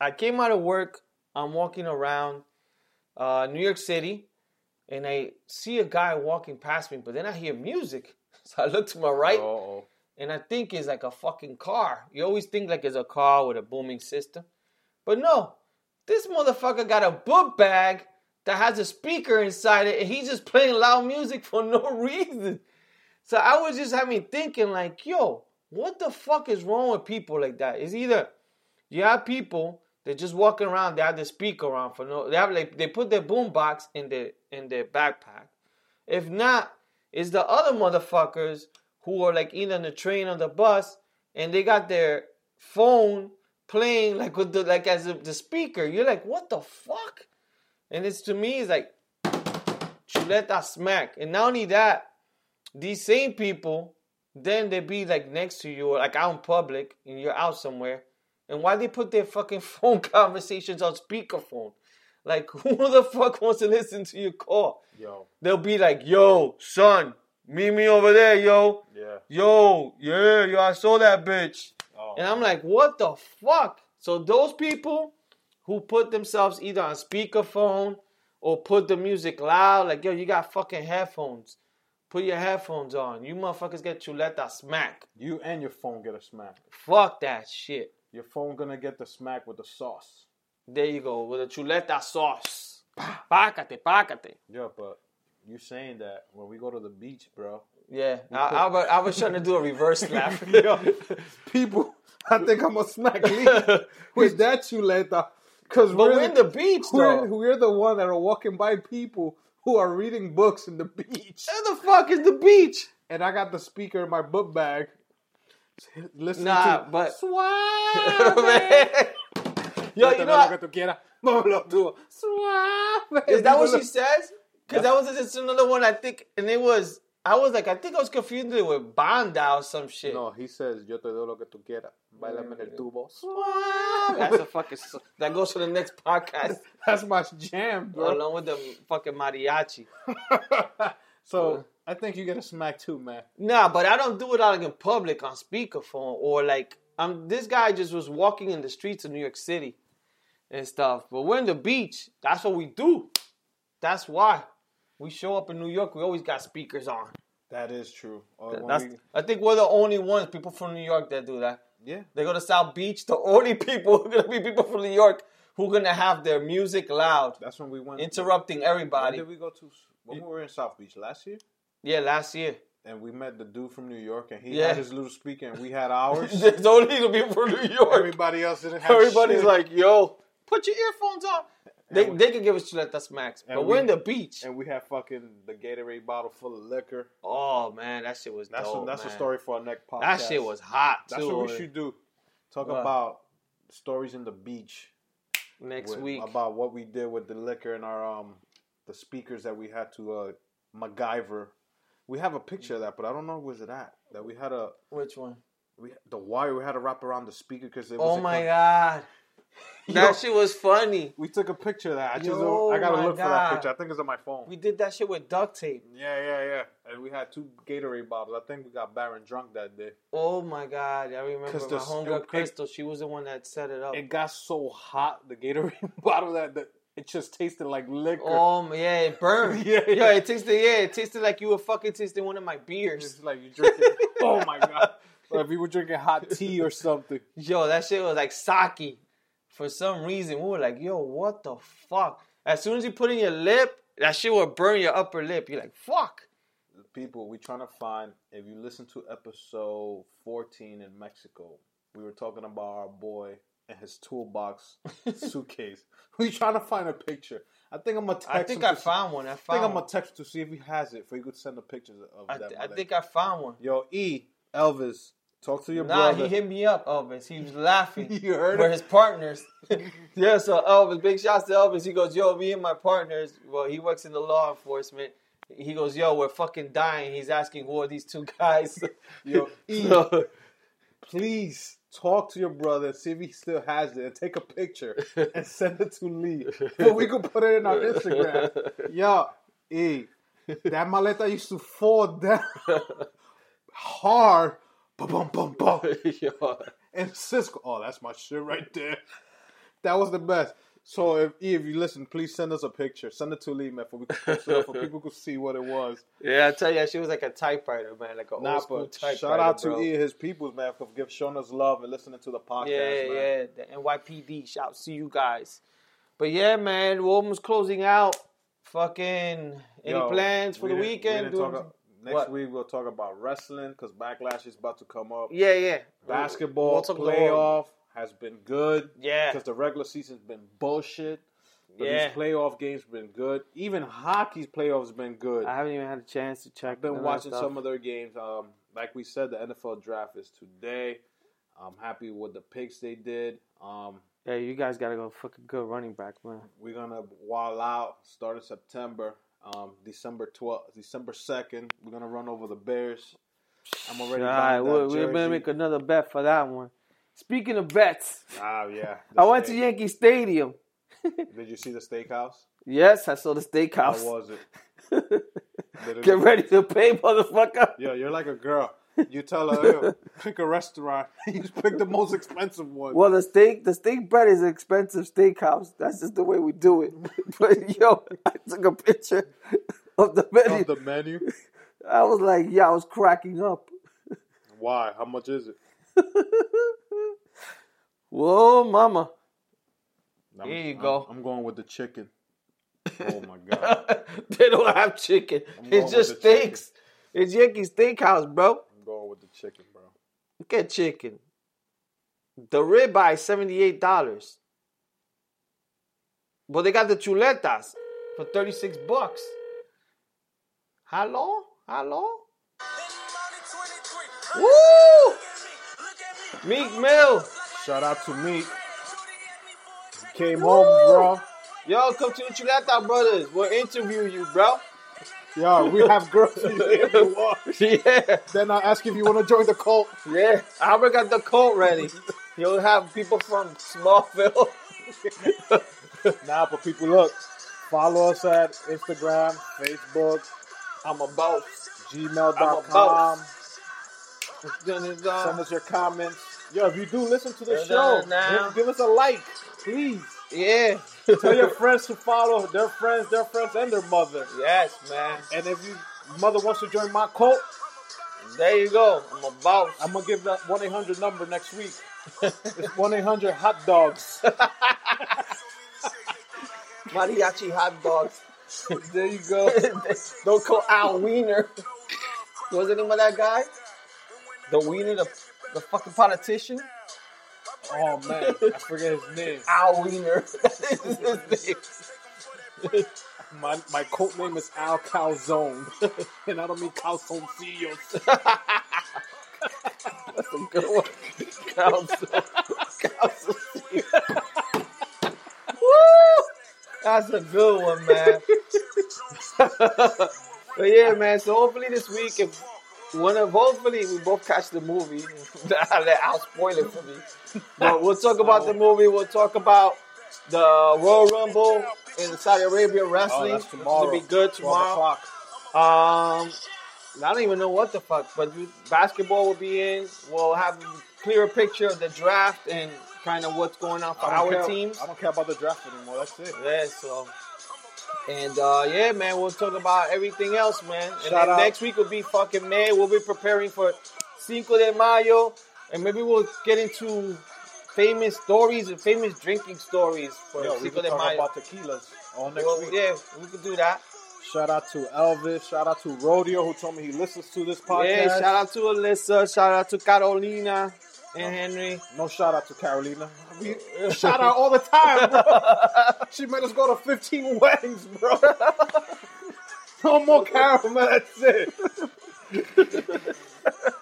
[SPEAKER 1] I came out of work. I'm walking around uh, New York City and I see a guy walking past me, but then I hear music. So I look to my right
[SPEAKER 2] Uh-oh.
[SPEAKER 1] and I think it's like a fucking car. You always think like it's a car with a booming system. But no, this motherfucker got a book bag that has a speaker inside it and he's just playing loud music for no reason. So I was just having thinking like, yo, what the fuck is wrong with people like that? It's either you have people that just walking around, they have the speaker on for no they have like they put their boom box in their in their backpack. If not, it's the other motherfuckers who are like either on the train or the bus and they got their phone playing like with the like as if the speaker. You're like, what the fuck? And it's to me, it's like chuleta smack. And not only that, these same people, then they be like next to you or like out in public and you're out somewhere. And why they put their fucking phone conversations on speakerphone? Like who the fuck wants to listen to your call?
[SPEAKER 2] Yo.
[SPEAKER 1] they'll be like, "Yo, son, meet me over there, yo,
[SPEAKER 2] Yeah.
[SPEAKER 1] yo, yeah, yo, I saw that bitch,"
[SPEAKER 2] Oh,
[SPEAKER 1] and I'm like, "What the fuck?" So those people who put themselves either on speakerphone or put the music loud, like, "Yo, you got fucking headphones." Put your headphones on. You motherfuckers get chuleta smack.
[SPEAKER 2] You and your phone get a smack.
[SPEAKER 1] Fuck that shit.
[SPEAKER 2] Your phone gonna get the smack with the sauce.
[SPEAKER 1] There you go with a chuleta sauce. Pácate, pácate.
[SPEAKER 2] Yeah, but you saying that when we go to the beach, bro.
[SPEAKER 1] Yeah, I, I, was, I was trying to do a reverse slap.
[SPEAKER 2] people, I think I'm gonna smack Lee with that chuleta. Cause
[SPEAKER 1] But
[SPEAKER 2] we're,
[SPEAKER 1] we're in the beach,
[SPEAKER 2] we're,
[SPEAKER 1] though.
[SPEAKER 2] we're the one that are walking by people who are reading books in the beach.
[SPEAKER 1] Where the fuck is the beach?
[SPEAKER 2] And I got the speaker in my book bag. Listen
[SPEAKER 1] Nah,
[SPEAKER 2] to
[SPEAKER 1] but-
[SPEAKER 2] Suave.
[SPEAKER 1] Yo, you know, I- is that what she says? Because that was just another one I think, and it was I was like I think I was confused with Bonda or some shit.
[SPEAKER 2] No, he says, yo te doy lo que tú quieras. Báilame en el tubo.
[SPEAKER 1] That's a fucking so- that goes to the next podcast
[SPEAKER 2] That's my jam, bro.
[SPEAKER 1] along with the fucking mariachi.
[SPEAKER 2] so I think you get a smack too, man.
[SPEAKER 1] Nah, but I don't do it out like in public on speakerphone or like I'm. This guy just was walking in the streets of New York City and stuff. But we're in the beach. That's what we do. That's why we show up in New York. We always got speakers on.
[SPEAKER 2] That is true. Or when
[SPEAKER 1] That's,
[SPEAKER 2] we-
[SPEAKER 1] I think we're the only ones people from New York that do that.
[SPEAKER 2] yeah.
[SPEAKER 1] They go to South Beach. The only people are gonna be people from New York who are gonna have their music loud,
[SPEAKER 2] That's when we went.
[SPEAKER 1] interrupting
[SPEAKER 2] When
[SPEAKER 1] everybody.
[SPEAKER 2] did we go to? When we were in South Beach last year,
[SPEAKER 1] Yeah, last year.
[SPEAKER 2] and we met the dude from New York, and he
[SPEAKER 1] Yeah.
[SPEAKER 2] had his little speaker, and we had ours.
[SPEAKER 1] There's only the people from New York.
[SPEAKER 2] Everybody else didn't have
[SPEAKER 1] Everybody's
[SPEAKER 2] shit.
[SPEAKER 1] like, yo, put your earphones on. They,
[SPEAKER 2] we-
[SPEAKER 1] they can give us chuleta smacks, but
[SPEAKER 2] we-
[SPEAKER 1] we're in the beach.
[SPEAKER 2] and we had fucking the Gatorade bottle full of liquor.
[SPEAKER 1] oh man, that shit was
[SPEAKER 2] That's
[SPEAKER 1] dope.
[SPEAKER 2] a, that's
[SPEAKER 1] Oh, man.
[SPEAKER 2] a story for our next podcast.
[SPEAKER 1] That shit was hot too.
[SPEAKER 2] That's what we should do. Talk
[SPEAKER 1] What?
[SPEAKER 2] about stories in the beach.
[SPEAKER 1] next
[SPEAKER 2] with-
[SPEAKER 1] week.
[SPEAKER 2] about what we did with the liquor and our um the speakers that we had to uh MacGyver. We have a picture of that, but I don't know was it at that we had a
[SPEAKER 1] Which one?
[SPEAKER 2] we the wire we had to wrap around the speaker because it was
[SPEAKER 1] Oh
[SPEAKER 2] a-
[SPEAKER 1] my god, that
[SPEAKER 2] Yo.
[SPEAKER 1] shit was funny.
[SPEAKER 2] We took a picture of that. I just
[SPEAKER 1] Yo,
[SPEAKER 2] I gotta
[SPEAKER 1] my
[SPEAKER 2] look for that
[SPEAKER 1] God.
[SPEAKER 2] picture. I think it's on my phone.
[SPEAKER 1] We did that shit with duct tape.
[SPEAKER 2] yeah, yeah, yeah. And we had two Gatorade bottles. I think we got Baron drunk that day.
[SPEAKER 1] Oh my god, I remember
[SPEAKER 2] 'Cause
[SPEAKER 1] my
[SPEAKER 2] the-
[SPEAKER 1] homegirl
[SPEAKER 2] it-
[SPEAKER 1] Crystal. She was the one that set it up.
[SPEAKER 2] It got so hot the Gatorade bottle that the, It just tasted like liquor.
[SPEAKER 1] Oh yeah, it burned.
[SPEAKER 2] Yeah,
[SPEAKER 1] yeah,
[SPEAKER 2] yeah.
[SPEAKER 1] it tasted. Yeah, it tasted like you were fucking tasting one of my beers.
[SPEAKER 2] It's like you drinking. oh my god! Like we were drinking hot tea or something.
[SPEAKER 1] Yo, that shit was like sake. For some reason, we were like, yo, what the fuck? As soon as you put in your lip, that shit will burn your upper lip. You're like, fuck.
[SPEAKER 2] People, we trying to find. If you listen to episode fourteen in Mexico, we were talking about our boy and his toolbox suitcase. We trying to find a picture. I think I'm gonna text.
[SPEAKER 1] I think
[SPEAKER 2] him
[SPEAKER 1] I
[SPEAKER 2] to see-
[SPEAKER 1] found one. I
[SPEAKER 2] I think
[SPEAKER 1] found.
[SPEAKER 2] I'm
[SPEAKER 1] one.
[SPEAKER 2] gonna text him to see if he has it. For he could send the pictures of
[SPEAKER 1] I,
[SPEAKER 2] that.
[SPEAKER 1] th- I
[SPEAKER 2] mother-
[SPEAKER 1] think I found one.
[SPEAKER 2] Yo, E Elvis, talk to your
[SPEAKER 1] Nah,
[SPEAKER 2] brother.
[SPEAKER 1] he hit me up, Elvis. He was laughing.
[SPEAKER 2] You heard
[SPEAKER 1] We're
[SPEAKER 2] him?
[SPEAKER 1] his partners. yeah, so Elvis, big shouts to Elvis. He goes, yo, me and my partners. Well, he works in the law enforcement. He goes, yo, we're fucking dying. He's asking who are these two guys?
[SPEAKER 2] Yo, E,
[SPEAKER 1] So-
[SPEAKER 2] please talk to your brother, see if he still has it, and take a picture and send it to Lee. But we could put it in our Instagram. Yo, E, that maleta used to fall down hard. Bum, bum, bum, bum.
[SPEAKER 1] Yo.
[SPEAKER 2] And Cisco, oh, that's my shit right there. That was the best. So if E, if you listen, please send us a picture. Send it to Lee, man, for we could post it up for people could see what it was.
[SPEAKER 1] Yeah, I tell you, she was like a typewriter, man, like an
[SPEAKER 2] Nah,
[SPEAKER 1] old school
[SPEAKER 2] but
[SPEAKER 1] typewriter.
[SPEAKER 2] shout out to
[SPEAKER 1] bro.
[SPEAKER 2] E and his peoples, man, for give showing us love and listening to the podcast,
[SPEAKER 1] Yeah,
[SPEAKER 2] man.
[SPEAKER 1] yeah, the NYPD. Shouts to you guys. But yeah, man, we're almost closing out. Fucking any
[SPEAKER 2] Yo,
[SPEAKER 1] plans for
[SPEAKER 2] we
[SPEAKER 1] the
[SPEAKER 2] didn't- we
[SPEAKER 1] weekend?
[SPEAKER 2] didn't
[SPEAKER 1] Doing-
[SPEAKER 2] talk about- next
[SPEAKER 1] What?
[SPEAKER 2] week we'll talk about wrestling because backlash is about to come up.
[SPEAKER 1] yeah, yeah.
[SPEAKER 2] Basketball
[SPEAKER 1] We'll talk about-
[SPEAKER 2] playoff has been good.
[SPEAKER 1] Yeah.
[SPEAKER 2] because the regular season's been bullshit. But
[SPEAKER 1] Yeah.
[SPEAKER 2] these playoff games been good. Even hockey's playoffs been good.
[SPEAKER 1] I haven't even had a chance to check.
[SPEAKER 2] I've been
[SPEAKER 1] none of that
[SPEAKER 2] watching
[SPEAKER 1] stuff.
[SPEAKER 2] some of their games. Um, like we said, the NFL draft is today. I'm happy with the picks they did. Um,
[SPEAKER 1] Yeah, you guys gotta go. Fucking good running back, man.
[SPEAKER 2] We're gonna wall out starting September, um, December twelfth, December second. We're gonna run over the Bears. I'm already.
[SPEAKER 1] All
[SPEAKER 2] buying
[SPEAKER 1] right,
[SPEAKER 2] that
[SPEAKER 1] we're, we're gonna
[SPEAKER 2] jersey.
[SPEAKER 1] make another bet for that one. Speaking of bets,
[SPEAKER 2] Ah, yeah.
[SPEAKER 1] I went to
[SPEAKER 2] steak-
[SPEAKER 1] Yankee Stadium.
[SPEAKER 2] Did you see the steakhouse?
[SPEAKER 1] Yes, I saw the
[SPEAKER 2] How
[SPEAKER 1] steakhouse.
[SPEAKER 2] was it? Did it
[SPEAKER 1] Get ready to pay, motherfucker.
[SPEAKER 2] Yo, you're like a girl. You tell her, Yo, pick a restaurant. you pick the most expensive one.
[SPEAKER 1] Well, the steak, the steak bread is an expensive steakhouse. That's just the way we do it. But yo, I took a picture of the menu.
[SPEAKER 2] Of the menu.
[SPEAKER 1] I was like, yeah, I was cracking up.
[SPEAKER 2] Why? How much is it?
[SPEAKER 1] Whoa, mama.
[SPEAKER 2] I'm-
[SPEAKER 1] Here you
[SPEAKER 2] I'm-
[SPEAKER 1] go.
[SPEAKER 2] I'm going with the chicken. Oh my god.
[SPEAKER 1] they don't have chicken.
[SPEAKER 2] going
[SPEAKER 1] It's
[SPEAKER 2] with
[SPEAKER 1] just
[SPEAKER 2] the chicken.
[SPEAKER 1] steaks. It's Yankee Steakhouse, bro.
[SPEAKER 2] I'm going with the chicken, bro.
[SPEAKER 1] Look at chicken. The ribeye, seventy-eight dollars. But they got the chuletas for thirty-six bucks. Hello, hello. Woo! Meek Mill,
[SPEAKER 2] Shout out to Meek. Came home, bro.
[SPEAKER 1] yo, come to the Chuleta Brothers. We'll interview you, bro.
[SPEAKER 2] Yo, we have girls if you want.
[SPEAKER 1] yeah,
[SPEAKER 2] Then I ask if you want to join the cult.
[SPEAKER 1] yeah. Albert got the coat ready. You'll have people from Smallville.
[SPEAKER 2] Nah, but people, look, follow us at Instagram, Facebook,
[SPEAKER 1] I'm about. I'm
[SPEAKER 2] gmail.com.
[SPEAKER 1] about-
[SPEAKER 2] Send us your comments. Yo, if you do listen to the
[SPEAKER 1] Turn
[SPEAKER 2] show,
[SPEAKER 1] down now.
[SPEAKER 2] give, give us a like, please.
[SPEAKER 1] Yeah.
[SPEAKER 2] Tell your friends to follow their friends, their friends, and their mother.
[SPEAKER 1] yes, man.
[SPEAKER 2] And if your mother wants to join my cult,
[SPEAKER 1] There you go. I'm about.
[SPEAKER 2] I'm gonna give that 1 800 number next week. It's 1 800 hot dogs.
[SPEAKER 1] Mariachi hot dogs.
[SPEAKER 2] There you go.
[SPEAKER 1] Don't call Al Wiener. What's the name of that guy? The Wiener, the, the fucking politician?
[SPEAKER 2] Oh man, I forget his name.
[SPEAKER 1] Al Wiener. That is his name.
[SPEAKER 2] My my cult name is Al Calzone, and I don't mean calzoncillos.
[SPEAKER 1] That's a good one. Council. Council. Woo! That's a good one, man. but yeah, man. So hopefully this week, if one of hopefully we both catch the movie. I'll let Al spoil it for me. But we'll talk about the movie. We'll talk about the Royal Rumble in Saudi Arabia
[SPEAKER 2] Oh,
[SPEAKER 1] wrestling. which is gonna be good
[SPEAKER 2] 12
[SPEAKER 1] tomorrow.
[SPEAKER 2] o'clock.
[SPEAKER 1] Um, I don't even know what the fuck, but you- basketball will be in. We'll have a clearer picture of the draft and kind of what's going on for
[SPEAKER 2] I don't
[SPEAKER 1] our
[SPEAKER 2] care-
[SPEAKER 1] team.
[SPEAKER 2] I don't care about the draft anymore. That's it.
[SPEAKER 1] Yeah, so. And uh, yeah, man, we'll talk about everything else, man. And
[SPEAKER 2] Shout
[SPEAKER 1] then
[SPEAKER 2] out.
[SPEAKER 1] next week will be fucking May. We'll be preparing for Cinco de Mayo, and maybe we'll get into famous stories and famous drinking stories for
[SPEAKER 2] Yo, we
[SPEAKER 1] Cinco
[SPEAKER 2] can
[SPEAKER 1] de
[SPEAKER 2] talk
[SPEAKER 1] Mayo.
[SPEAKER 2] about tequilas all next
[SPEAKER 1] Well,
[SPEAKER 2] week.
[SPEAKER 1] yeah, we could do that.
[SPEAKER 2] Shout out to Elvis. Shout out to Rodeo, who told me he listens to this podcast.
[SPEAKER 1] Yeah, shout out to Alyssa. Shout out to Carolina and Henry.
[SPEAKER 2] No shout out to Carolina. We shout out all the time, bro. she made us go to 15 weddings, bro. No more Carol, man. That's it.